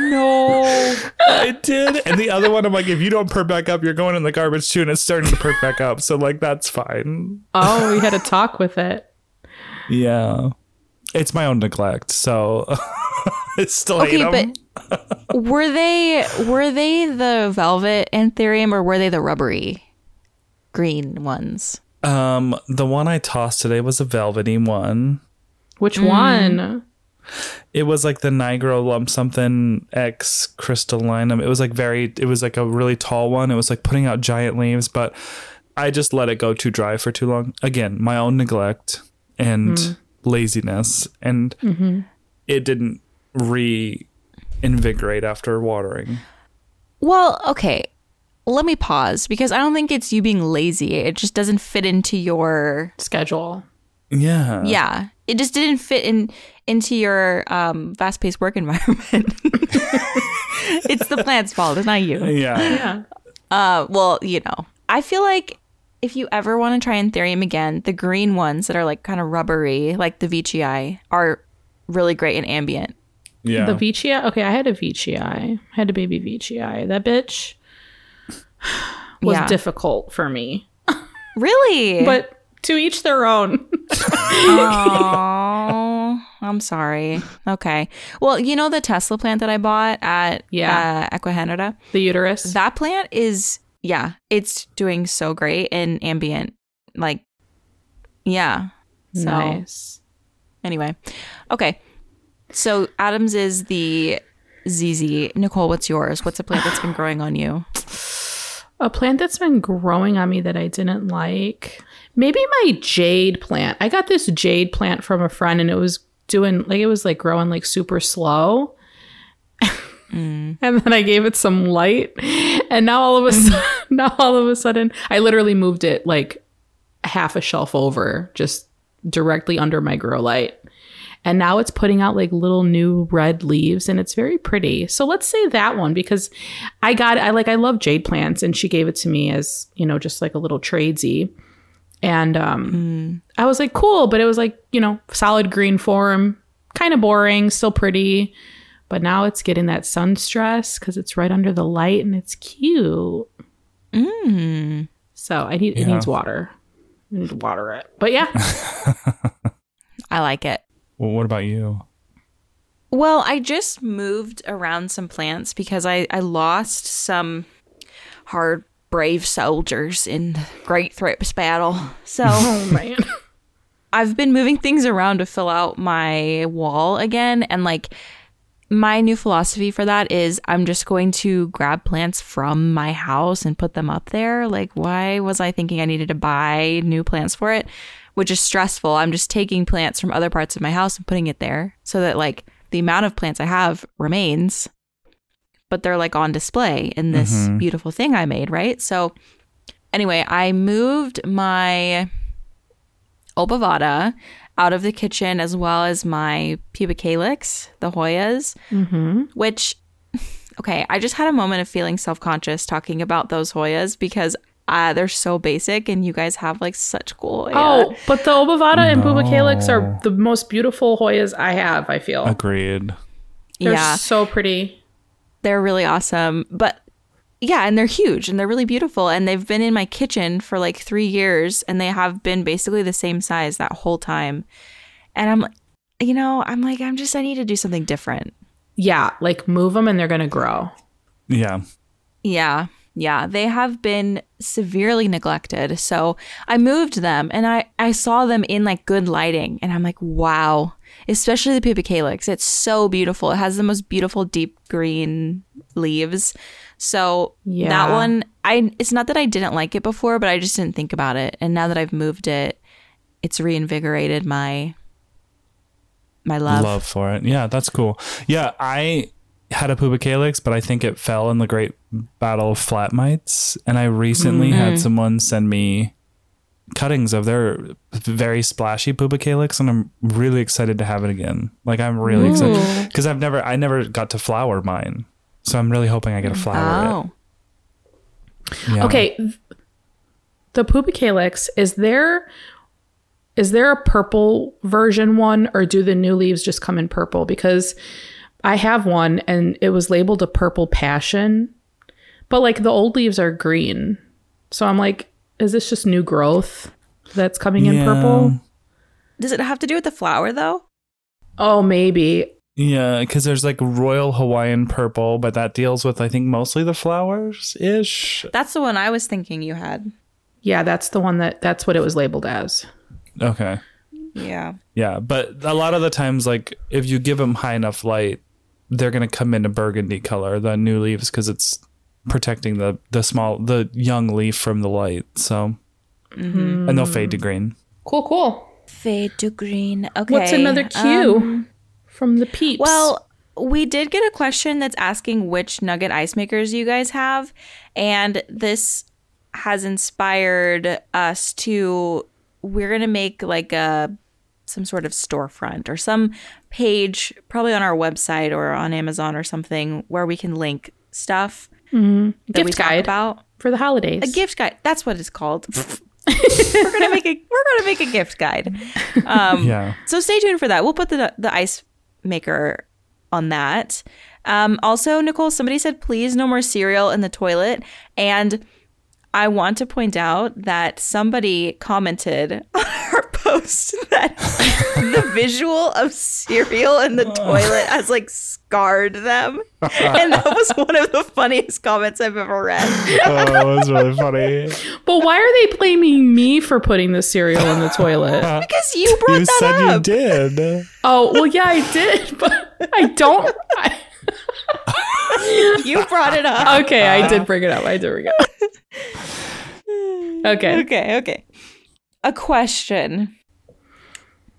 no, I did. And the other one, I'm like, if you don't perk back up, you're going in the garbage too. And it's starting to perk back up. So, like, that's fine. oh, we had a talk with it. Yeah. It's my own neglect. So, I still hate Okay, 'em. but were they were they the velvet anthurium or were they the rubbery green ones? Um, the one I tossed today was a velvety one. Which Mm. one? It was like the Nigro lump something X crystallinum. It was like very. It was like a really tall one. It was like putting out giant leaves, but I just let it go too dry for too long. Again, my own neglect and laziness, and it didn't reinvigorate after watering. Well, okay. Let me pause because I don't think it's you being lazy. It just doesn't fit into your Schedule. Yeah. yeah. It just didn't fit in into your um, fast-paced work environment. it's the plant's fault. It's not you. Yeah. Uh, well, you know, I feel like if you ever want to try Anthurium again, the green ones that are like kind of rubbery, like the VCI, are really great and ambient. Yeah. The VCI. Okay, I had a VCI. I had a baby VCI. That bitch was Yeah. difficult for me. Really? But to each their own. oh, I'm sorry. Okay. Well, you know the Tesla plant that I bought at uh, Yeah. Aqua Canada? the uterus. That plant is, yeah, it's doing so great and ambient. Like, yeah. So, nice. Anyway, okay. So Adams is the ZZ. Nicole, what's yours? What's a plant that's been growing on you? A plant that's been growing on me that I didn't like. Maybe my jade plant. I got this jade plant from a friend and it was doing like it was like growing like super slow. and then I gave it some light. And now all of a sudden now all of a sudden I literally moved it like half a shelf over, just directly under my grow light. And now it's putting out like little new red leaves and it's very pretty. So let's say that one because I got I like I love jade plants and she gave it to me as, you know, just like a little tradesy. And um I was like cool, but it was like, you know, solid green form, kind of boring, still pretty. But now it's getting that sun stress cuz it's right under the light and it's cute. So I need it Yeah. needs water. I need to water it. But yeah, I like it. Well, what about you? Well, I just moved around some plants because I, I lost some hard, brave soldiers in the Great Thrips battle. So oh man. I've been moving things around to fill out my wall again. And like, my new philosophy for that is I'm just going to grab plants from my house and put them up there. Like, why was I thinking I needed to buy new plants for it? Which is stressful. I'm just taking plants from other parts of my house and putting it there so that like the amount of plants I have remains, but they're like on display in this beautiful thing I made, right? So, anyway, I moved my obovata out of the kitchen as well as my pubic calyx, the Hoyas, which, okay, I just had a moment of feeling self conscious talking about those Hoyas because uh, they're so basic and you guys have like such cool. Oh, but the Obovata and Pubicalyx are the most beautiful Hoyas I have, I Oh. feel. Agreed. They're yeah. so pretty. they're really awesome. But yeah, and they're huge and they're really beautiful. And they've been in my kitchen for like three years and they have been basically the same size that whole time. And I'm, you know, I'm like, I'm just, I need to do something different. Yeah, like move them and they're going to grow. Yeah. Yeah. Yeah. They have been severely neglected. So I moved them and I, I saw them in like good lighting and I'm like, wow. Especially the pubic calyx. It's so beautiful. It has the most beautiful deep green leaves. So that Yeah. one I it's not that I didn't like it before, but I just didn't think about it. And now that I've moved it, it's reinvigorated my my love. love for it. Yeah, that's cool. Yeah, I had a pubic calyx, but I think it fell in the great battle of flat mites. And I Mm. recently had someone send me cuttings of their very splashy pubic calyx, and I'm really excited to have it again. Like I'm really excited because I've never, I never got to flower mine, so I'm really hoping I get to flower Oh. it. Yeah. Oh. Okay. th- The Pubicalyx, is there is there a purple version one or do the new leaves just come in purple because I have one and it was labeled a purple passion, but like the old leaves are green. So I'm like, is this just new growth that's coming in Yeah. purple? Does it have to do with the flower though? Oh, maybe. Yeah, because there's like Royal Hawaiian Purple, but that deals with I think mostly the flowers ish. That's the one I was thinking you had. Yeah, that's the one that that's what it was labeled as. Okay. Yeah. Yeah, but a lot of the times, like if you give them high enough light, they're gonna come into burgundy color, the new leaves, because it's protecting the the small the young leaf from the light. So, and they'll fade to green. Cool, cool. Fade to green. Okay. um, What's another cue from the peeps? Well, we did get a question that's asking which nugget ice makers you guys have, and this has inspired us to we're going to make like a some sort of storefront or some page probably on our website or on Amazon or something where we can link stuff that we Mm-hmm. gift talk guide about. for the holidays. A gift guide. That's what it's called. we're gonna make a we're gonna make a gift guide. yeah, So stay tuned for that. We'll put the the ice maker on that. Um, also, Nicole, somebody said please no more cereal in the toilet, and I want to point out that somebody commented on our post that the visual of cereal in the toilet has like scarred them, and that was one of the funniest comments I've ever read. oh, that was really funny. but why are they blaming me for putting the cereal in the toilet? Because you brought that up. did. oh, well, yeah, I did, but I don't. I, You brought it up. okay, I did bring it up. I did bring it up. Okay. Okay, okay. A question.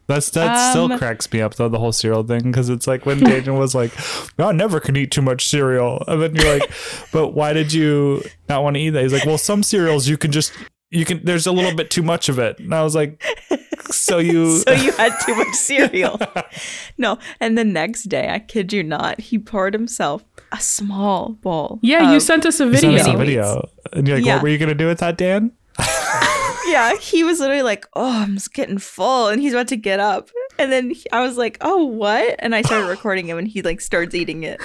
That's that still cracks me up though the whole cereal thing because it's like when Dayton was like, "I never can eat too much cereal," and then you're like, "But why did you not want to eat that?" He's like, "Well, some cereals you can just you can there's a little bit too much of it," and I was like, "So you." So you had too much cereal. no, and the next day, I kid you not, he poured himself a small bowl. Yeah, you of- sent us a sent video. us a video, and you're like, Yeah. "What were you gonna do with that, Dan?" Yeah, he was literally like, "Oh, I'm just getting full," and he's about to get up. And then he- I was like, "Oh, what?" And I started recording him, and he like starts eating it.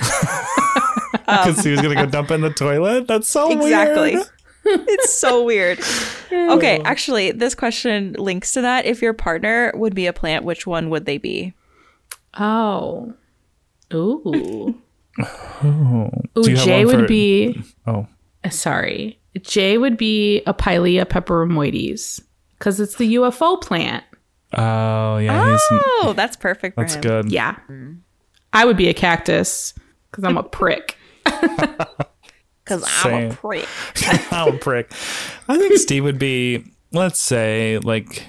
Because he was gonna go dump in the toilet. That's so exactly. weird. it's so weird. Okay, actually, this question links to that. If your partner would be a plant, which one would they be? Oh. Ooh. Ooh, Do you have Jay one would for- be. Uh, Oh, Sorry. Jay would be a Pilea peperomoides because it's the UFO plant. oh yeah, he's Oh, that's perfect for that's him. good. Yeah. I would be a cactus because I'm a prick. Because I'm Same. a prick. I'm a prick. I think Steve would be, let's say, like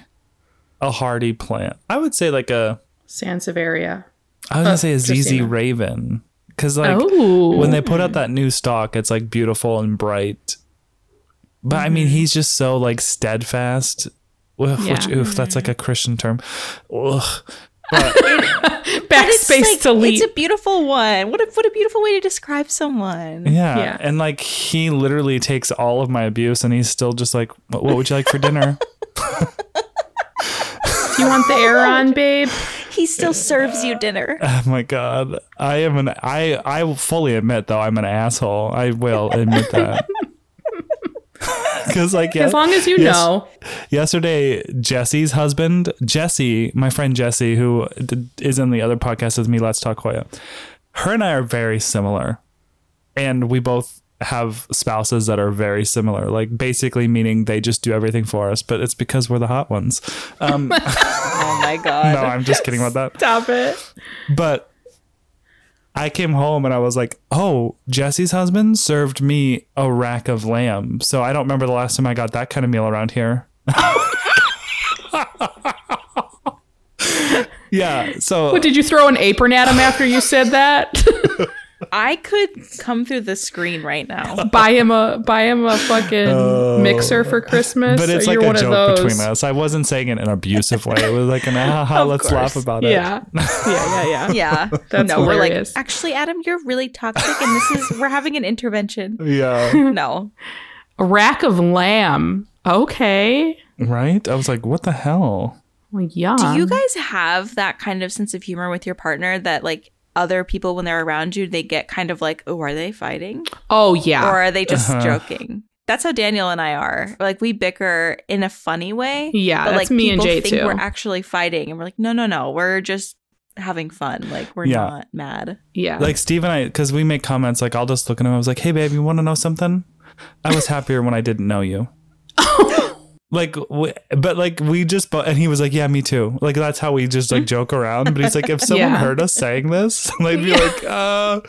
a hardy plant. I would say like a, Sansevieria. I was gonna say a ZZ Uh, Christina. Raven, because like Oh. when they put out that new stock, it's like beautiful and bright. But I Mm-hmm. mean, he's just so like steadfast. Ugh, Which, Yeah. Mm-hmm. oof, that's like a Christian term. Ugh. Backspace It's like- delete. It's a beautiful one. What a, what a beautiful way to describe someone. Yeah. Yeah. And like he literally takes all of my abuse, and he's still just like, "What, what would you like for dinner?" Do you want the air on, babe? He still serves you dinner. Oh my god. I am an I I fully admit though I'm an asshole. I will admit that. Cuz like yeah, As long as you yes- know. Yesterday Jesse's husband, Jesse, my friend Jesse who d- is in the other podcast with me Let's Talk Hoya. Her and I are very similar. And we both have spouses that are very similar. Like basically meaning they just do everything for us, but it's because we're the hot ones. Um, Oh my No, god. I'm just kidding about that. Stop it. But I came home and I was like, oh, Jesse's husband served me a rack of lamb. So I don't remember the last time I got that kind of meal around here. yeah. So What, Oh, did you throw an apron at him after you said that? I could come through the screen right now. buy him a buy him a fucking mixer for Christmas. Oh. but it's Or like you're a one of joke those- between us. I wasn't saying it in an abusive way. It was like an ah, ha, ha, let's laugh about it. Yeah. Yeah, yeah, yeah. Yeah. That's no, hilarious. we're like, actually, Adam, you're really toxic and this is we're having an intervention. Yeah. No. A rack of lamb. Okay. Right? I was like, what the hell? Well, yum. Do you guys have that kind of sense of humor with your partner that like other people when they're around you, they get kind of like, Oh, are they fighting? oh yeah. Or are they just Uh-huh. joking? That's how Daniel and I are. Like we bicker in a funny way. Yeah, but that's like me and people Jay, think too. We're actually fighting, and we're like, no, no, no, we're just having fun. Like we're Yeah. not mad. Yeah. Like Steve and I, because we make comments, like I'll just look at him. I was like, "Hey, babe, you want to know something? I was happier when I didn't know you." like, we, but like we just, bo- and he was like, "Yeah, me too." Like that's how we just like joke around. But he's like, if someone Yeah. heard us saying this, they'd be like, "Uh,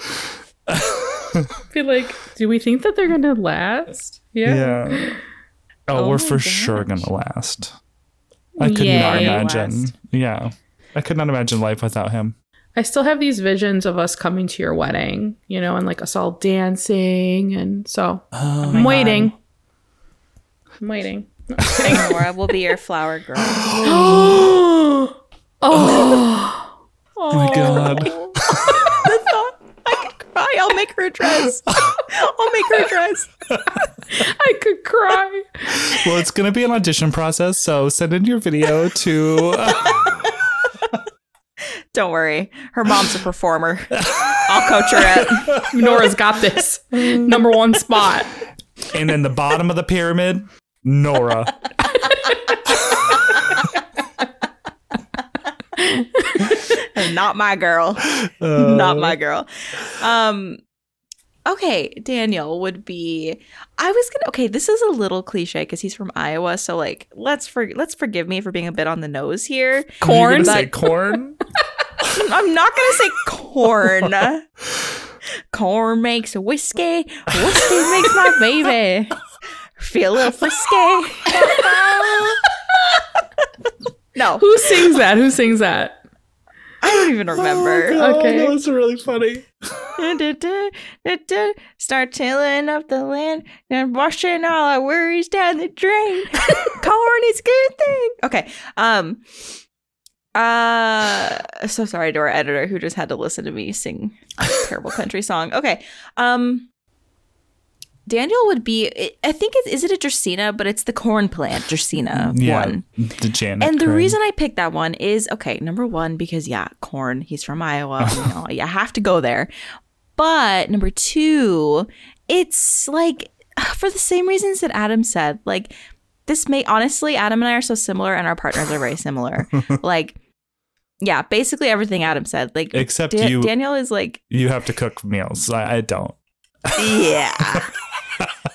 be like, do we think that they're gonna last? Yeah. yeah." Oh, we're for sure gonna last. I could not Yeah, you'll imagine. last. Yeah, I could not imagine life without him. I still have these visions of us coming to your wedding, you know, and like us all dancing and so I'm waiting. I'm waiting. Nora will be your flower girl. Oh my god. Cry, I'll make her a dress. I'll make her a dress. I could cry. Well, it's going to be an audition process, so send in your video to. Don't worry. Her mom's a performer. I'll coach her up. Nora's got this. Number one spot. and then the bottom of the pyramid, Nora. Not my girl. Uh. Not my girl. Um Okay, Daniel would be I was going to Okay, this is a little cliche cuz he's from Iowa, so like let's for, let's forgive me for being a bit on the nose here. You're gonna Corn. say corn? I'm not gonna say corn. corn makes whiskey. Whiskey makes my baby feel a little frisky. no, Who sings that? Who sings that? I don't even remember. Okay. Oh, that was really funny. Start tilling up the land and washing all our worries down the drain. corn is a good thing. Okay. Um. Uh. So sorry to our editor who just had to listen to me sing a terrible country song. Okay. Um. Daniel would be. I think it is it a Dracaena, but it's the corn plant Dracaena Yeah. one. The Janet. And the Crane. reason I picked that one is okay, number one, because yeah, corn, he's from Iowa. you know, I have to go there. But number two, it's like for the same reasons that Adam said, like this may honestly, Adam and I are so similar and our partners are very similar. like, yeah, basically everything Adam said. Like Except Da- you- Daniel is like, You have to cook meals. I, I don't. yeah.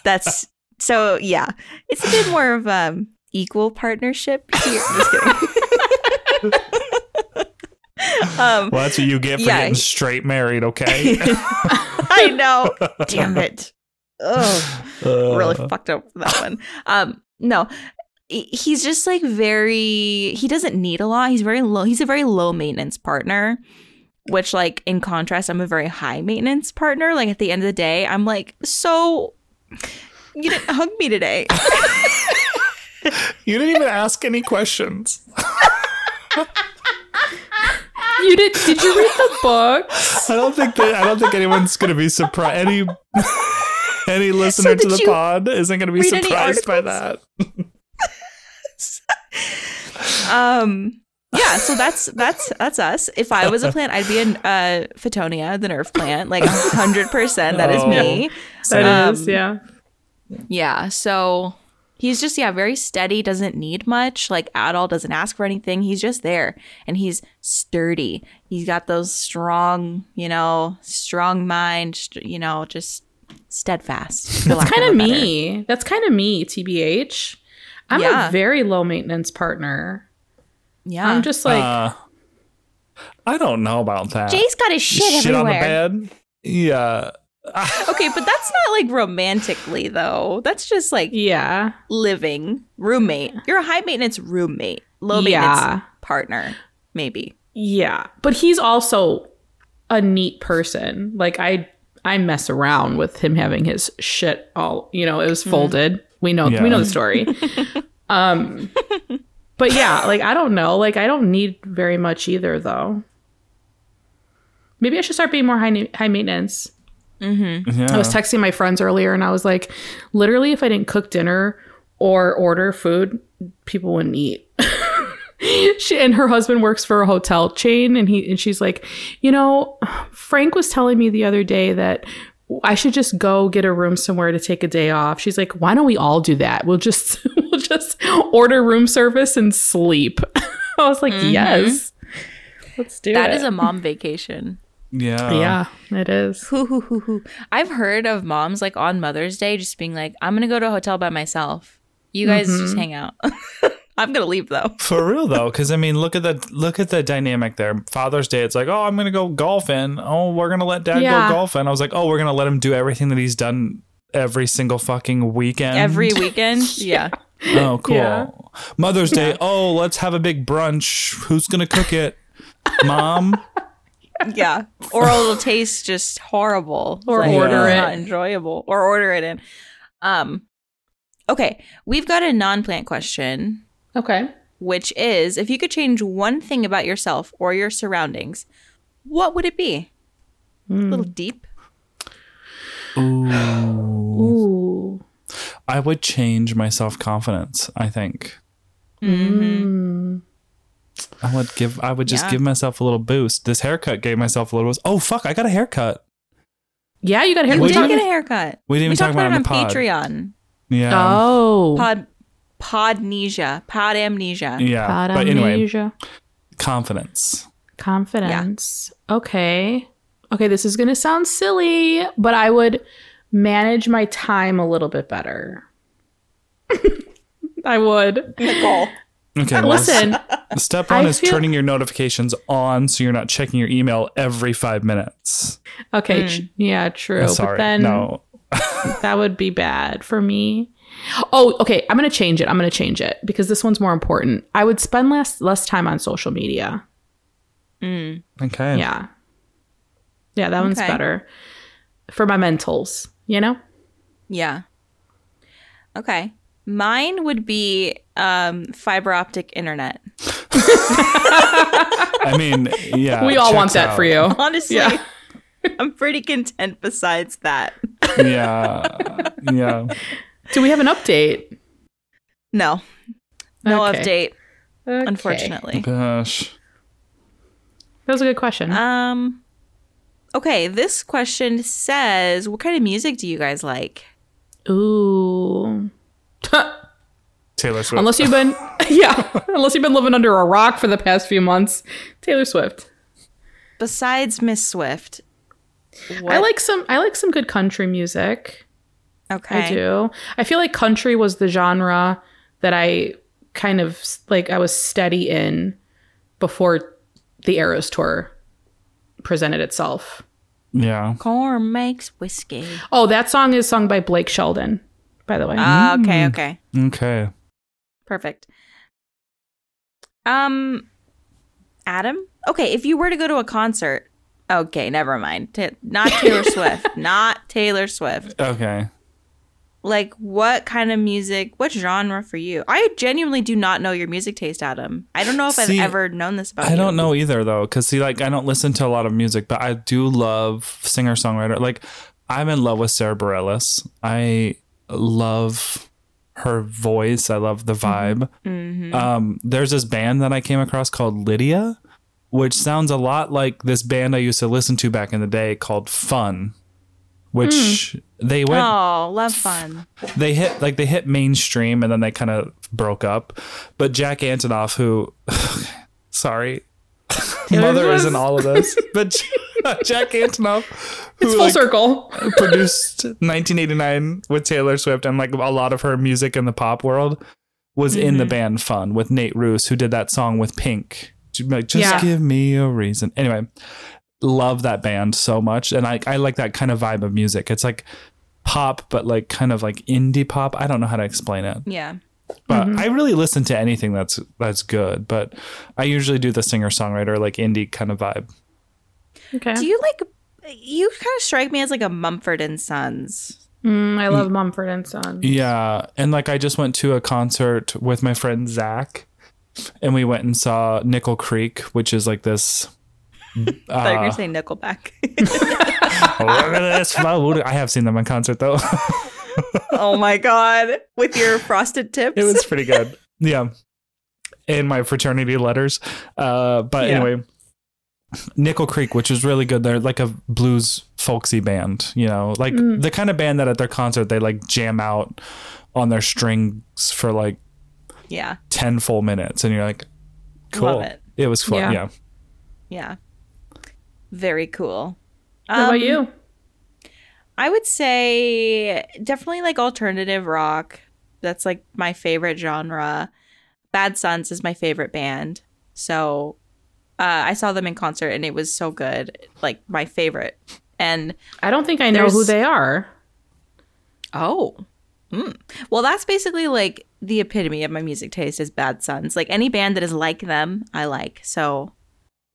That's so yeah. It's a bit more of um equal partnership here. Just kidding. um Well, that's what you get for Yeah. getting straight married, okay? I know. Damn it. Oh, Uh, really fucked up with that one. Um no. He- He's just like very he doesn't need a lot. He's very low. He's a very low maintenance partner, which like in contrast I'm a very high maintenance partner. Like at the end of the day, I'm like, "So you didn't hug me today." You didn't even ask any questions. You did did you read the books? I don't think that I don't think anyone's gonna be surprised any any listener to did the you pod isn't gonna be read any surprised by that. articles? um yeah so that's that's that's us if i was a plant i'd be a uh, photonia the nerve plant like 100% that is me That is, Um, yeah. yeah so he's just yeah very steady doesn't need much like at all doesn't ask for anything he's just there and he's sturdy he's got those strong you know strong mind st- you know just steadfast that's Kind of me. That's kind of me, TBH. I'm Yeah. Ah. a very low maintenance partner. yeah I'm just like Uh, I don't know about that. jay's got his shit, shit on the everywhere bed. Yeah. Okay, but that's not like romantically though. That's just like yeah. living roommate. You're a high maintenance roommate, low maintenance Yeah. partner, maybe. Yeah, but he's also a neat person. Like I I mess around with him having his shit all, you know, it was folded. We know Yeah. we know the story. um but yeah, like I don't know. Like I don't need very much either though. Maybe I should start being more high na- high maintenance. Yeah. I was Uh-huh. texting my friends earlier and I was like, literally if I didn't cook dinner or order food, people wouldn't eat. she and her husband works for a hotel chain and he and she's like, "You know, Frank was telling me the other day that I should just go get a room somewhere to take a day off." She's like, "Why don't we all do that? We'll just we'll just order room service and sleep." I was like, "Yes." Let's do Mm-hmm. That it. is a mom vacation. Yeah. yeah, it is. Hoo, hoo, hoo, hoo. I've heard of moms like on Mother's Day just being like, I'm going to go to a hotel by myself. You guys just hang out. Mm-hmm. I'm going to leave though. For real though, because I mean, look at the look at the dynamic there. Father's Day, it's like, oh, I'm gonna go golfing. Oh, we're gonna let Dad Yeah. go golfing. I was like, oh, we're gonna let him do everything that he's done every single fucking weekend. Every weekend. Yeah. oh, cool. Yeah. Mother's Day. Oh, let's have a big brunch. Who's gonna cook it? Mom. Yeah. Or it'll taste just horrible. Or order it's it. Not enjoyable. Or order it in. Um, okay. We've got a non plant question, Okay. which is if you could change one thing about yourself or your surroundings, what would it be? Hmm. A little deep. Ooh. I would change my self confidence. I think. Hmm. Mm-hmm. I would give. I would just Yeah. give myself a little boost. This haircut gave myself a little boost. Oh fuck! I got a haircut. Yeah, you got a You haircut. did talked- get a haircut. we didn't even talk talked about it it on on the pod. Patreon. Yeah. Oh. Pod podnesia. Pod amnesia. Yeah. Pod but anyway, amnesia. confidence. confidence. Okay. Okay, this is going to sound silly, but I would manage my time a little bit better. I would. Nicole. Okay. well, Listen, s- Step one I is feel- turning your notifications on so you're not checking your email every five minutes. okay, tr- yeah, true. But Sorry. then no. that would be bad for me. Oh, okay, I'm going to change it. I'm going to change it because this one's more important. I would spend less less time on social media. Okay. Yeah. Yeah, that one's Okay. better for my mentals, you know? Yeah. Okay. Mine would be um, fiber optic internet. I mean, yeah. we all want checks that out. for you. Honestly, Yeah. I'm pretty content besides that. Yeah. Yeah. Do we have an update? No. No Okay. update, Okay. unfortunately. Gosh. That was a good question. Um Okay, this question says, what kind of music do you guys like? Ooh. Taylor Swift. unless you've been yeah, unless you've been living under a rock for the past few months, Taylor Swift. Besides Miss Swift. I what- like some I like some good country music. Okay. I do. I feel like country was the genre that I kind of like I was steady in before the Eras tour presented itself. yeah. Corn makes whiskey. Oh, that song is sung by Blake Sheldon, by the way. Ah, Mm. okay, okay. Okay. Perfect. Um Adam? Okay, if you were to go to a concert. Okay, never mind. Ta- not Taylor Swift. Not Taylor Swift. Okay. Like what kind of music, what genre for you? I genuinely do not know your music taste, Adam. I don't know if See, I've ever known this about I you. don't know either though, because see, like I don't listen to a lot of music, but I do love singer songwriter. Like I'm in love with Sarah Bareilles. I love her voice. I love the Mm-hmm. vibe. Um, there's this band that I came across called Lydia, which sounds a lot like this band I used to listen to back in the day called Fun, which they went Oh, love fun. they hit like they hit mainstream and then they kind of broke up. But Jack Antonoff, who, sorry, mother is in all of this, but Jack Antonoff, who It's full like, circle. produced 1989 with Taylor Swift and like a lot of her music in the pop world, was in the band Fun with Nate Roos, who did that song with Pink. Like, just Yeah. give me a reason. Anyway, love that band so much, and I I like that kind of vibe of music. It's like pop, but like kind of like indie pop. I don't know how to explain it, Yeah. but I really listen to anything that's that's good. But I usually do the singer songwriter like indie kind of vibe. Okay. Do you like you kind of strike me as like a Mumford and Sons. Mm, I love Mumford and Son. Yeah, and like I just went to a concert with my friend Zach, and we went and saw Nickel Creek, which is like this. uh, I Uh. thought you were going to say Nickelback. Look at this food. I have seen them in concert though. oh my god, with your frosted tips. it was pretty good. Yeah, in my fraternity letters. Uh, but Yeah. anyway, Nickel Creek, which is really good. They're like a blues folksy band. You know, like the kind of band that at their concert they like jam out on their strings for like yeah. ten full minutes, and you're like, cool. Love it. was fun. Yeah. yeah. Yeah. Very cool. What Um, about you? I would say definitely like alternative rock. That's like my favorite genre. Bad Sons is my favorite band. So uh, I saw them in concert and it was so good. Like my favorite. And I don't think I know who there's- they are. Oh. Mm. Well, that's basically like the epitome of my music taste is Bad Sons. Like any band that is like them, I like. So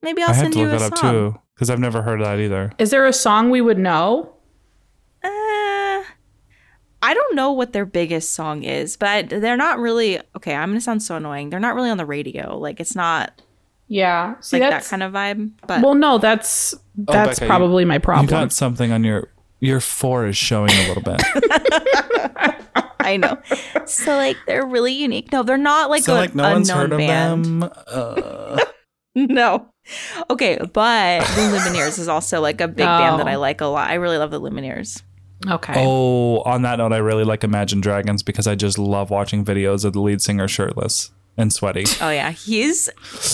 maybe I'll I have send to you look a that song. up too because I've never heard of that either. Is there a song we would know? Uh, I don't know what their biggest song is, but they're not really okay. I'm gonna sound so annoying. They're not really on the radio. Like it's not Yeah. See, like that that's kind of vibe. But well, no, that's that's Oh, Becca, you- probably my You problem. got something on your your four is showing a little bit. I know. so like they're really unique. No, they're not like so an like no one's unknown heard of band. them. Uh, No. Okay, but the Lumineers is also like a big band that Oh. I like a lot. I really love the Lumineers. okay. oh, on that note, I really like Imagine Dragons because I just love watching videos of the lead singer shirtless and sweaty. Oh yeah, he's.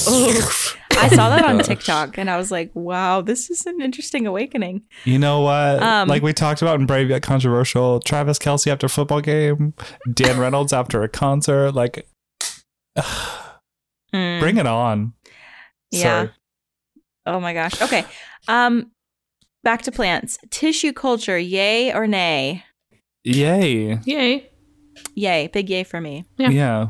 Ugh. I saw that on TikTok and I was like, wow, this is an interesting awakening. You know what? Um, like we talked about in Brave Yet Controversial, Travis Kelsey after a football game, Dan Reynolds after a concert. Like, Mm. bring it on. Yeah. Sorry. Oh my gosh. Okay. Um, back to plants. Tissue culture, yay or nay? Yay. Yay. Yay, big yay for me. Yeah. Yeah.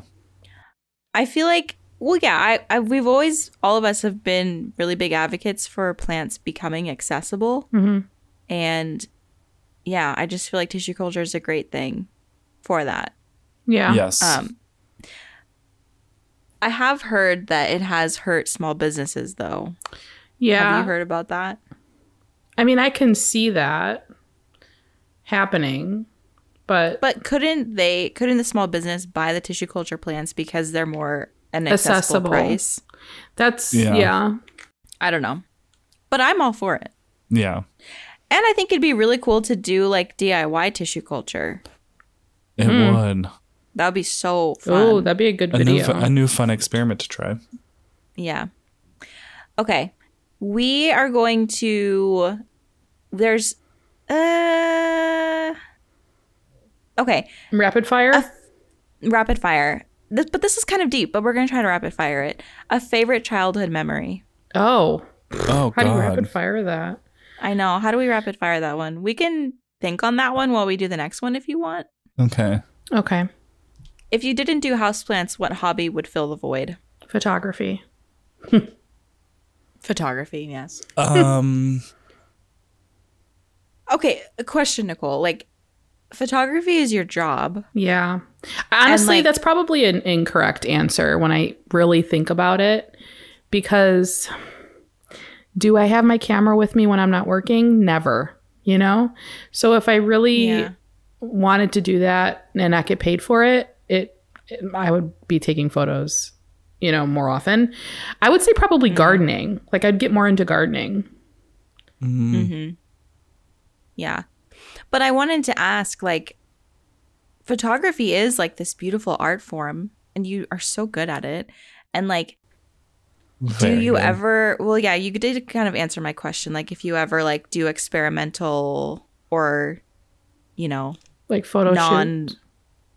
I feel like, well, yeah, I, I we've always, all of us have been really big advocates for plants becoming accessible, hmm and yeah, I just feel like tissue culture is a great thing for that. Yeah. Yes. Um, I have heard that it has hurt small businesses, though. Have Yeah. you heard about that? I mean, I can see that happening, but But couldn't they? Couldn't the small business buy the tissue culture plants because they're more an accessible, Accessible. price? that's Yeah. yeah. I don't know, but I'm all for it, yeah. and I think it'd be really cool to do like DIY tissue culture. It would. That would be so fun. Oh, that'd be a good A new, hmm. video. fu- a new fun experiment to try. Yeah. Okay. We are going to there's uh Okay, Rapid fire. rapid fire. This, but this is kind of deep, but we're going to try to rapid fire it. A favorite childhood memory. oh, Oh, how do you God. rapid fire that? I know. How do we rapid fire that one? We can think on that one while we do the next one if you want. Okay. Okay. If you didn't do houseplants, what hobby would fill the void? Photography. Photography, yes. Um, Okay, a question, Nicole. Like photography is your job. Yeah. Honestly, like- that's probably an incorrect answer when I really think about it because do I have my camera with me when I'm not working? Never, you know? So if I really Yeah. wanted to do that and not get paid for it, it, I would be taking photos, you know, more often. I would say probably Mm-hmm. gardening. Like I'd get more into gardening. Yeah. But I wanted to ask like photography is like this beautiful art form and you are so good at it. And like do very you good. ever well yeah, you did kind of answer my question like if you ever like do experimental or you know, Like Oh, photo shoot. non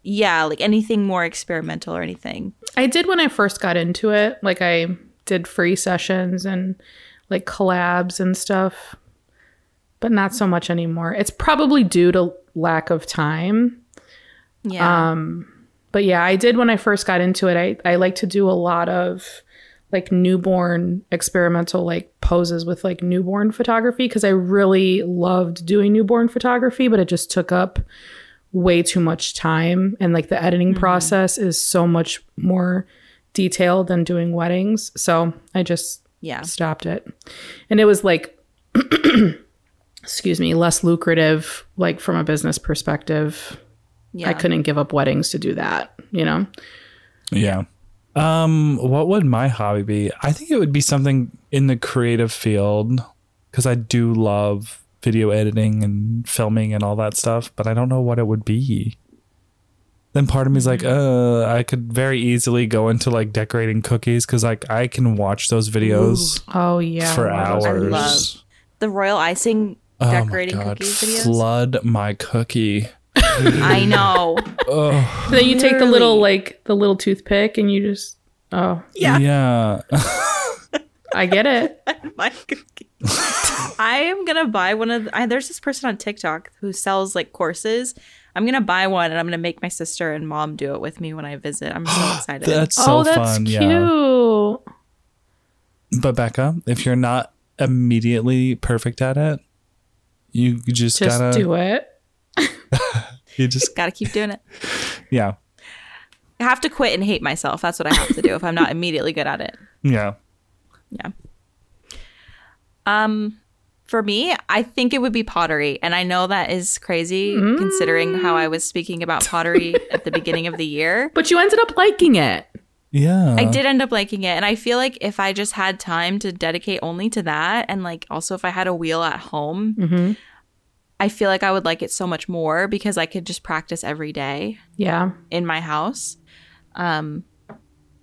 yeah, like anything more experimental or anything. I did when I first got into it. Like I did free sessions and like collabs and stuff, but not so much anymore. It's probably due to lack of time. Um, Yeah. But yeah, I did when I first got into it. I, I like to do a lot of like newborn experimental like poses with like newborn photography because I really loved doing newborn photography, but it just took up way too much time and like the editing process is so much more detailed than doing weddings. So I just yeah. stopped it. And it was like, excuse me, less lucrative, like from a business perspective. Yeah. I couldn't give up weddings to do that, you know? Yeah. Um, what would my hobby be? I think it would be something in the creative field because I do love video editing and filming and all that stuff, but I don't know what it would be. then part of me's like, uh, Mm-hmm. I could very easily go into like decorating cookies because like I can watch those videos Oh yeah. for Wow. hours. love the royal icing Oh my decorating God, cookies videos. Flood my cookie. I know. Then you take the little Literally. like the little toothpick and you just oh Yeah. Yeah. I get it. my cookie. I am gonna buy one of. The, I, there's this person on TikTok who sells like courses. I'm gonna buy one and I'm gonna make my sister and mom do it with me when I visit. I'm so excited. That's so oh, that's fun. cute. Yeah. But Becca, if you're not immediately perfect at it, you you just, Just gotta do it. you just Gotta keep doing it. yeah. I have to quit and hate myself. That's what I have to do if I'm not immediately good at it. Yeah. Yeah. Um, for me, I think it would be pottery, and I know that is crazy considering how I was speaking about pottery at the beginning of the year. But you ended up liking it. Yeah. I did end up liking it. And I feel like if I just had time to dedicate only to that, and like also if I had a wheel at home, I feel like I would like it so much more because I could just practice every day Yeah. in my house. Um,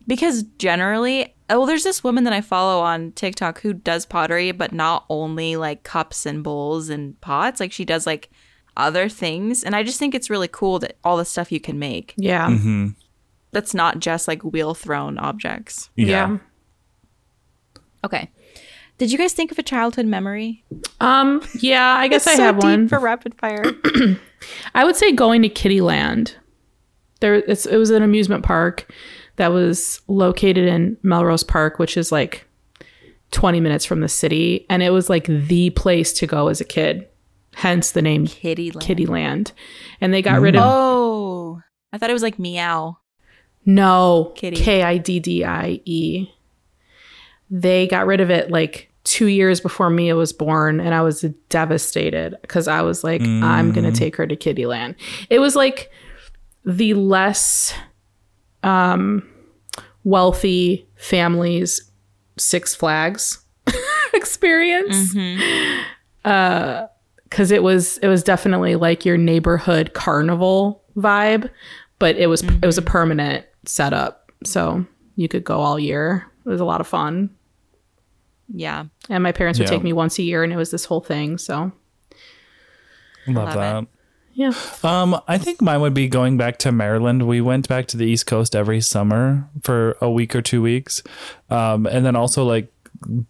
because generally, oh, there's this woman that I follow on TikTok who does pottery, but not only like cups and bowls and pots. Like she does like other things. And I just think it's really cool that all the stuff you can make Yeah. Mm-hmm. that's not just like wheel thrown objects. yeah. Okay. Did you guys think of a childhood memory? Um. Yeah. I guess I have one. for rapid fire. I would say going to Kittyland. There, it's, it was an amusement park that was located in Melrose Park, which is like 20 minutes from the city, and it was like the place to go as a kid. Hence the name Kitty land. Kittyland. And they got rid of Oh, I thought it was like meow. No, Kitty. K I D D I E. They got rid of it like two years before Mia was born, and I was devastated because I was like, I'm going to take her to Kittyland. It was like the less um, wealthy families' Six Flags experience. Because it was it was definitely like your neighborhood carnival vibe, but it was it Mm-hmm. was a permanent setup so you could go all year it was a lot of fun Yeah. and my parents would Yeah. take me once a year and it was this whole thing so Love, Love yeah that. Um, I think mine would be going back to Maryland. We went back to the East Coast every summer for a week or two weeks. Um, and then also like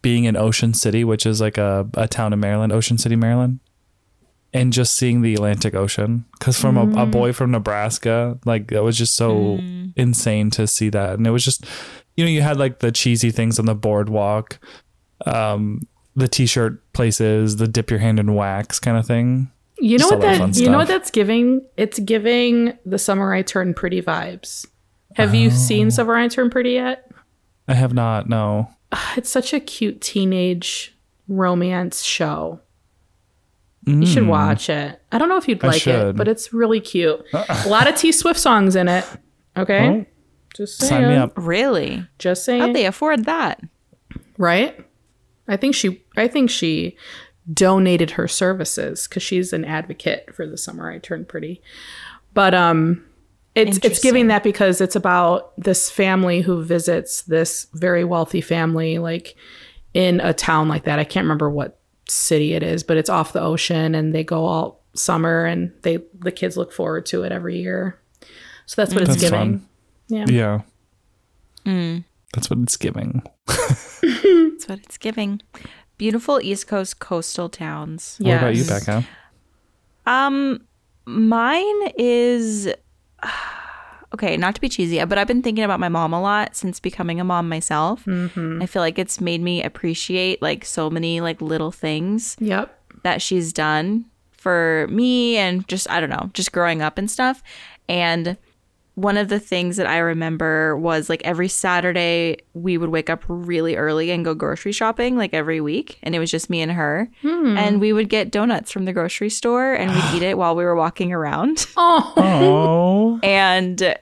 being in Ocean City, which is like a, a town in Maryland, Ocean City, Maryland. And just seeing the Atlantic Ocean. Because from a, a boy from Nebraska, like that was just so insane to see that. And it was just, you know, you had like the cheesy things on the boardwalk, um, the t shirt places, the dip your hand in wax kind of thing. you know Just a what lot of fun that you stuff. know what that's giving it's giving the summer i turn pretty vibes have you Oh. seen summer i turn pretty yet I have not. No. it's such a cute teenage romance show you should watch it i don't know if you'd Mm. I like it should. but it's really cute a lot of t swift songs in it okay Oh. just saying Sign me up. Really? just saying How'd they afford that? right i think she i think she donated her services because she's an advocate for the summer i turned pretty but um it's it's giving that because it's about this family who visits this very wealthy family like in a town like that i can't remember what city it is but it's off the ocean and they go all summer and they the kids look forward to it every year so that's what it's That's giving fun. Yeah. That's what it's giving. That's what it's giving. Beautiful East Coast coastal towns. What about you, Yes. Becca? Um, mine is okay. Not to be cheesy, but I've been thinking about my mom a lot since becoming a mom myself. I feel like it's made me appreciate like so many like little things yep that she's done for me and just I don't know, just growing up and stuff. And one of the things that I remember was like every Saturday we would wake up really early and go grocery shopping like every week and it was just me and her and we would get donuts from the grocery store and we'd eat it while we were walking around oh Oh, and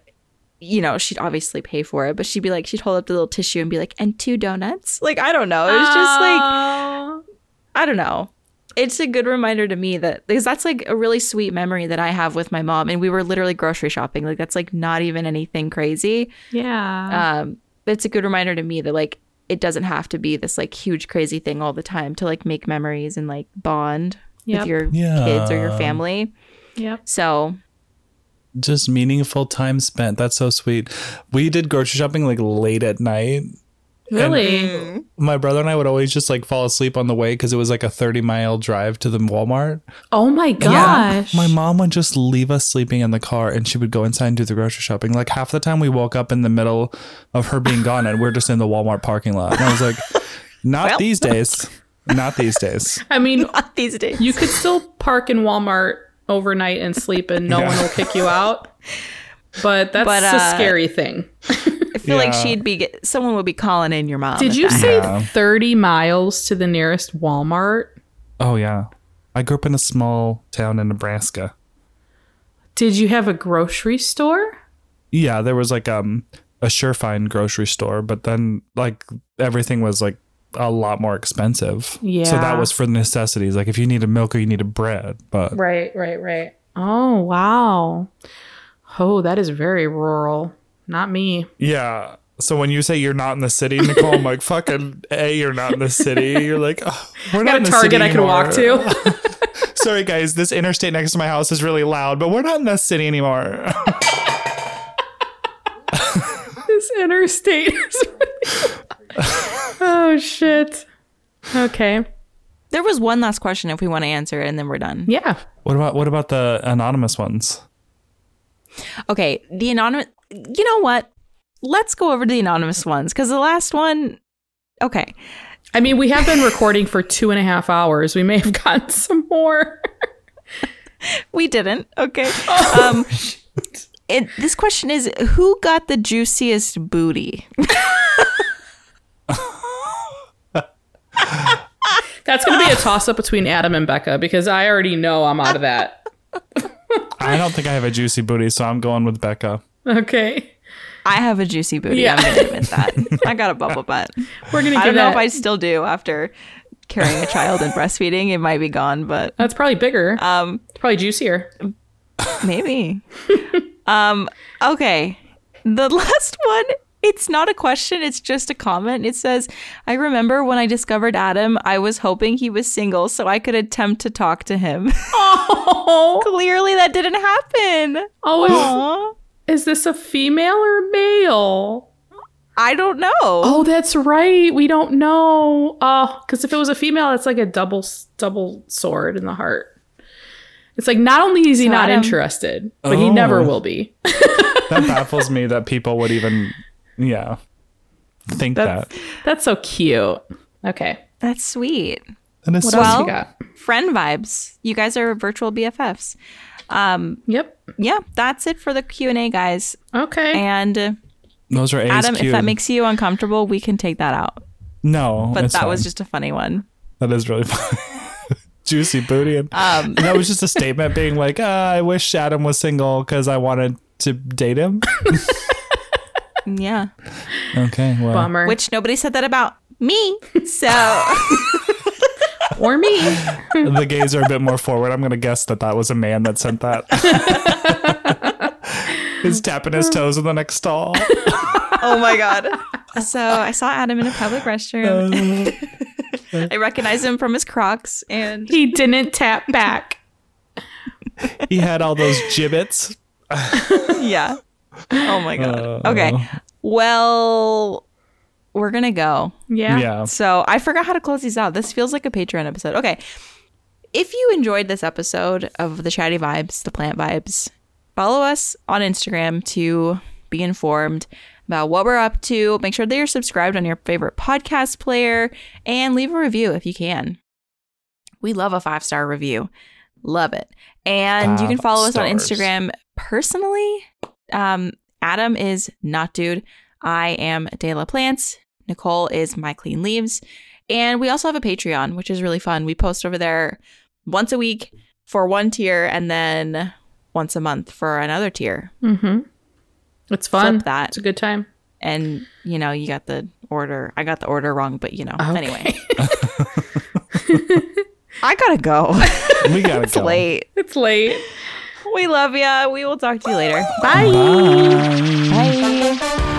you know she'd obviously pay for it but she'd be like she'd hold up the little tissue Oh. and be like and two donuts like I don't know it was just like I don't know. it's a good reminder to me that because that's like a really sweet memory that I have with my mom, and we were literally grocery shopping. Like that's like not even anything crazy. Yeah. Um, but it's a good reminder to me that like it doesn't have to be this like huge crazy thing all the time to like make memories and like bond Yep. with your Yeah. kids or your family. yep. So just meaningful time spent. That's so sweet. We did grocery shopping like late at night. Really? My brother and I would always just like fall asleep on the way because it was like a 30 mile drive to the Walmart. Oh my gosh. My mom would just leave us sleeping in the car and she would go inside and do the grocery shopping. Like half the time we woke up in the middle of her being gone and we're just in the Walmart parking lot. And I was like, not these days. Not these days. I mean, these days, you could still park in Walmart overnight and sleep and no Yeah. one will kick you out. But that's But, a uh, scary thing. I feel like Yeah. she'd be get, someone would be calling in your mom. Did if you that say Yeah. 30 miles to the nearest Walmart? Oh, yeah. I grew up in a small town in Nebraska. Did you have a grocery store? yeah there was like um a sure fine grocery store but then like everything was like a lot more expensive so Yeah. that was for the necessities like if you need a milk or you need a bread but Right, right, right. Oh, wow. Oh, that is very rural. Not me. yeah so when you say you're not in the city nicole i'm like fucking a you're not in the city you're like oh, we're not Got in a the target city I can walk anymore." to. sorry guys this interstate next to my house is really loud but we're not in the city anymore this interstate is Oh shit. Okay. There was one last question if we want to answer it and then we're done. Yeah. what about what about the anonymous ones Okay, the anonymous. You know what? Let's go over to the anonymous ones because the last one. Okay, I mean, we have been recording for two and a half hours. We may have gotten some more. we didn't. Okay. Oh, um, it, this question is who got the juiciest booty? That's going to be a toss up between Adam and Becca because I already know I'm out of that. i don't think i have a juicy booty so i'm going with becca Okay. I have a juicy booty. Yeah. I'm gonna admit that. I got a bubble butt. We're going to I give don't know if I that. still do after carrying a child and breastfeeding. It might be gone, but That's probably bigger. Um, it's probably juicier. Maybe. um, okay. The last one, it's not a question, it's just a comment. It says, I remember when I discovered Adam, I was hoping he was single so I could attempt to talk to him. Oh, Clearly, that didn't happen. oh Aw. is, is this a female or male? I don't know. Oh, that's right. We don't know. Oh, because if it was a female, it's like a double s- double sword in the heart. It's like not only is he not Adam- interested, but he Oh. never will be. that baffles me that people would even yeah think That's- that That's so cute. Okay, That's sweet. and it's what so else Well- you got? Friend vibes. You guys are virtual BFFs. Yep. Um, Yeah, that's it for the Q&A, guys. Okay. And uh, those are A's Adam, if cubed. that makes you uncomfortable, we can take that out. no But it's that fine. was just a funny one. that is really fun juicy booty and um that was just a statement being like ah, i wish adam was single because i wanted to date him Yeah. okay well Bummer. Which nobody said that about me. So or me. the gays are a bit more forward i'm gonna guess that that was a man that sent that he's tapping his toes in the next stall Oh my god. So I saw Adam in a public restroom. I recognized him from his Crocs and He didn't tap back. he had all those gibbets yeah. Oh my god. Okay. Well, we're going to go. Yeah. yeah So I forgot how to close these out. This feels like a Patreon episode. Okay. If you enjoyed this episode of the Chatty Vibes, the Plant Vibes, follow us on Instagram to be informed about what we're up to. Make sure that you're subscribed on your favorite podcast player and leave a review if you can. We love a five star review. Love it. And you can Five follow us on stars. Instagram personally. Um, Adam is not dude. I am De La Plants. Nicole is My Clean Leaves. And we also have a Patreon, which is really fun. We post over there once a week for one tier and then once a month for another tier. Mm-hmm. It's fun. Flip that. It's a good time. And, you know, you got the order. I got the order wrong, but, you know, anyway. I gotta go. We gotta it's go. late. It's late. We love ya. We will talk to you later. Bye. Bye. Bye.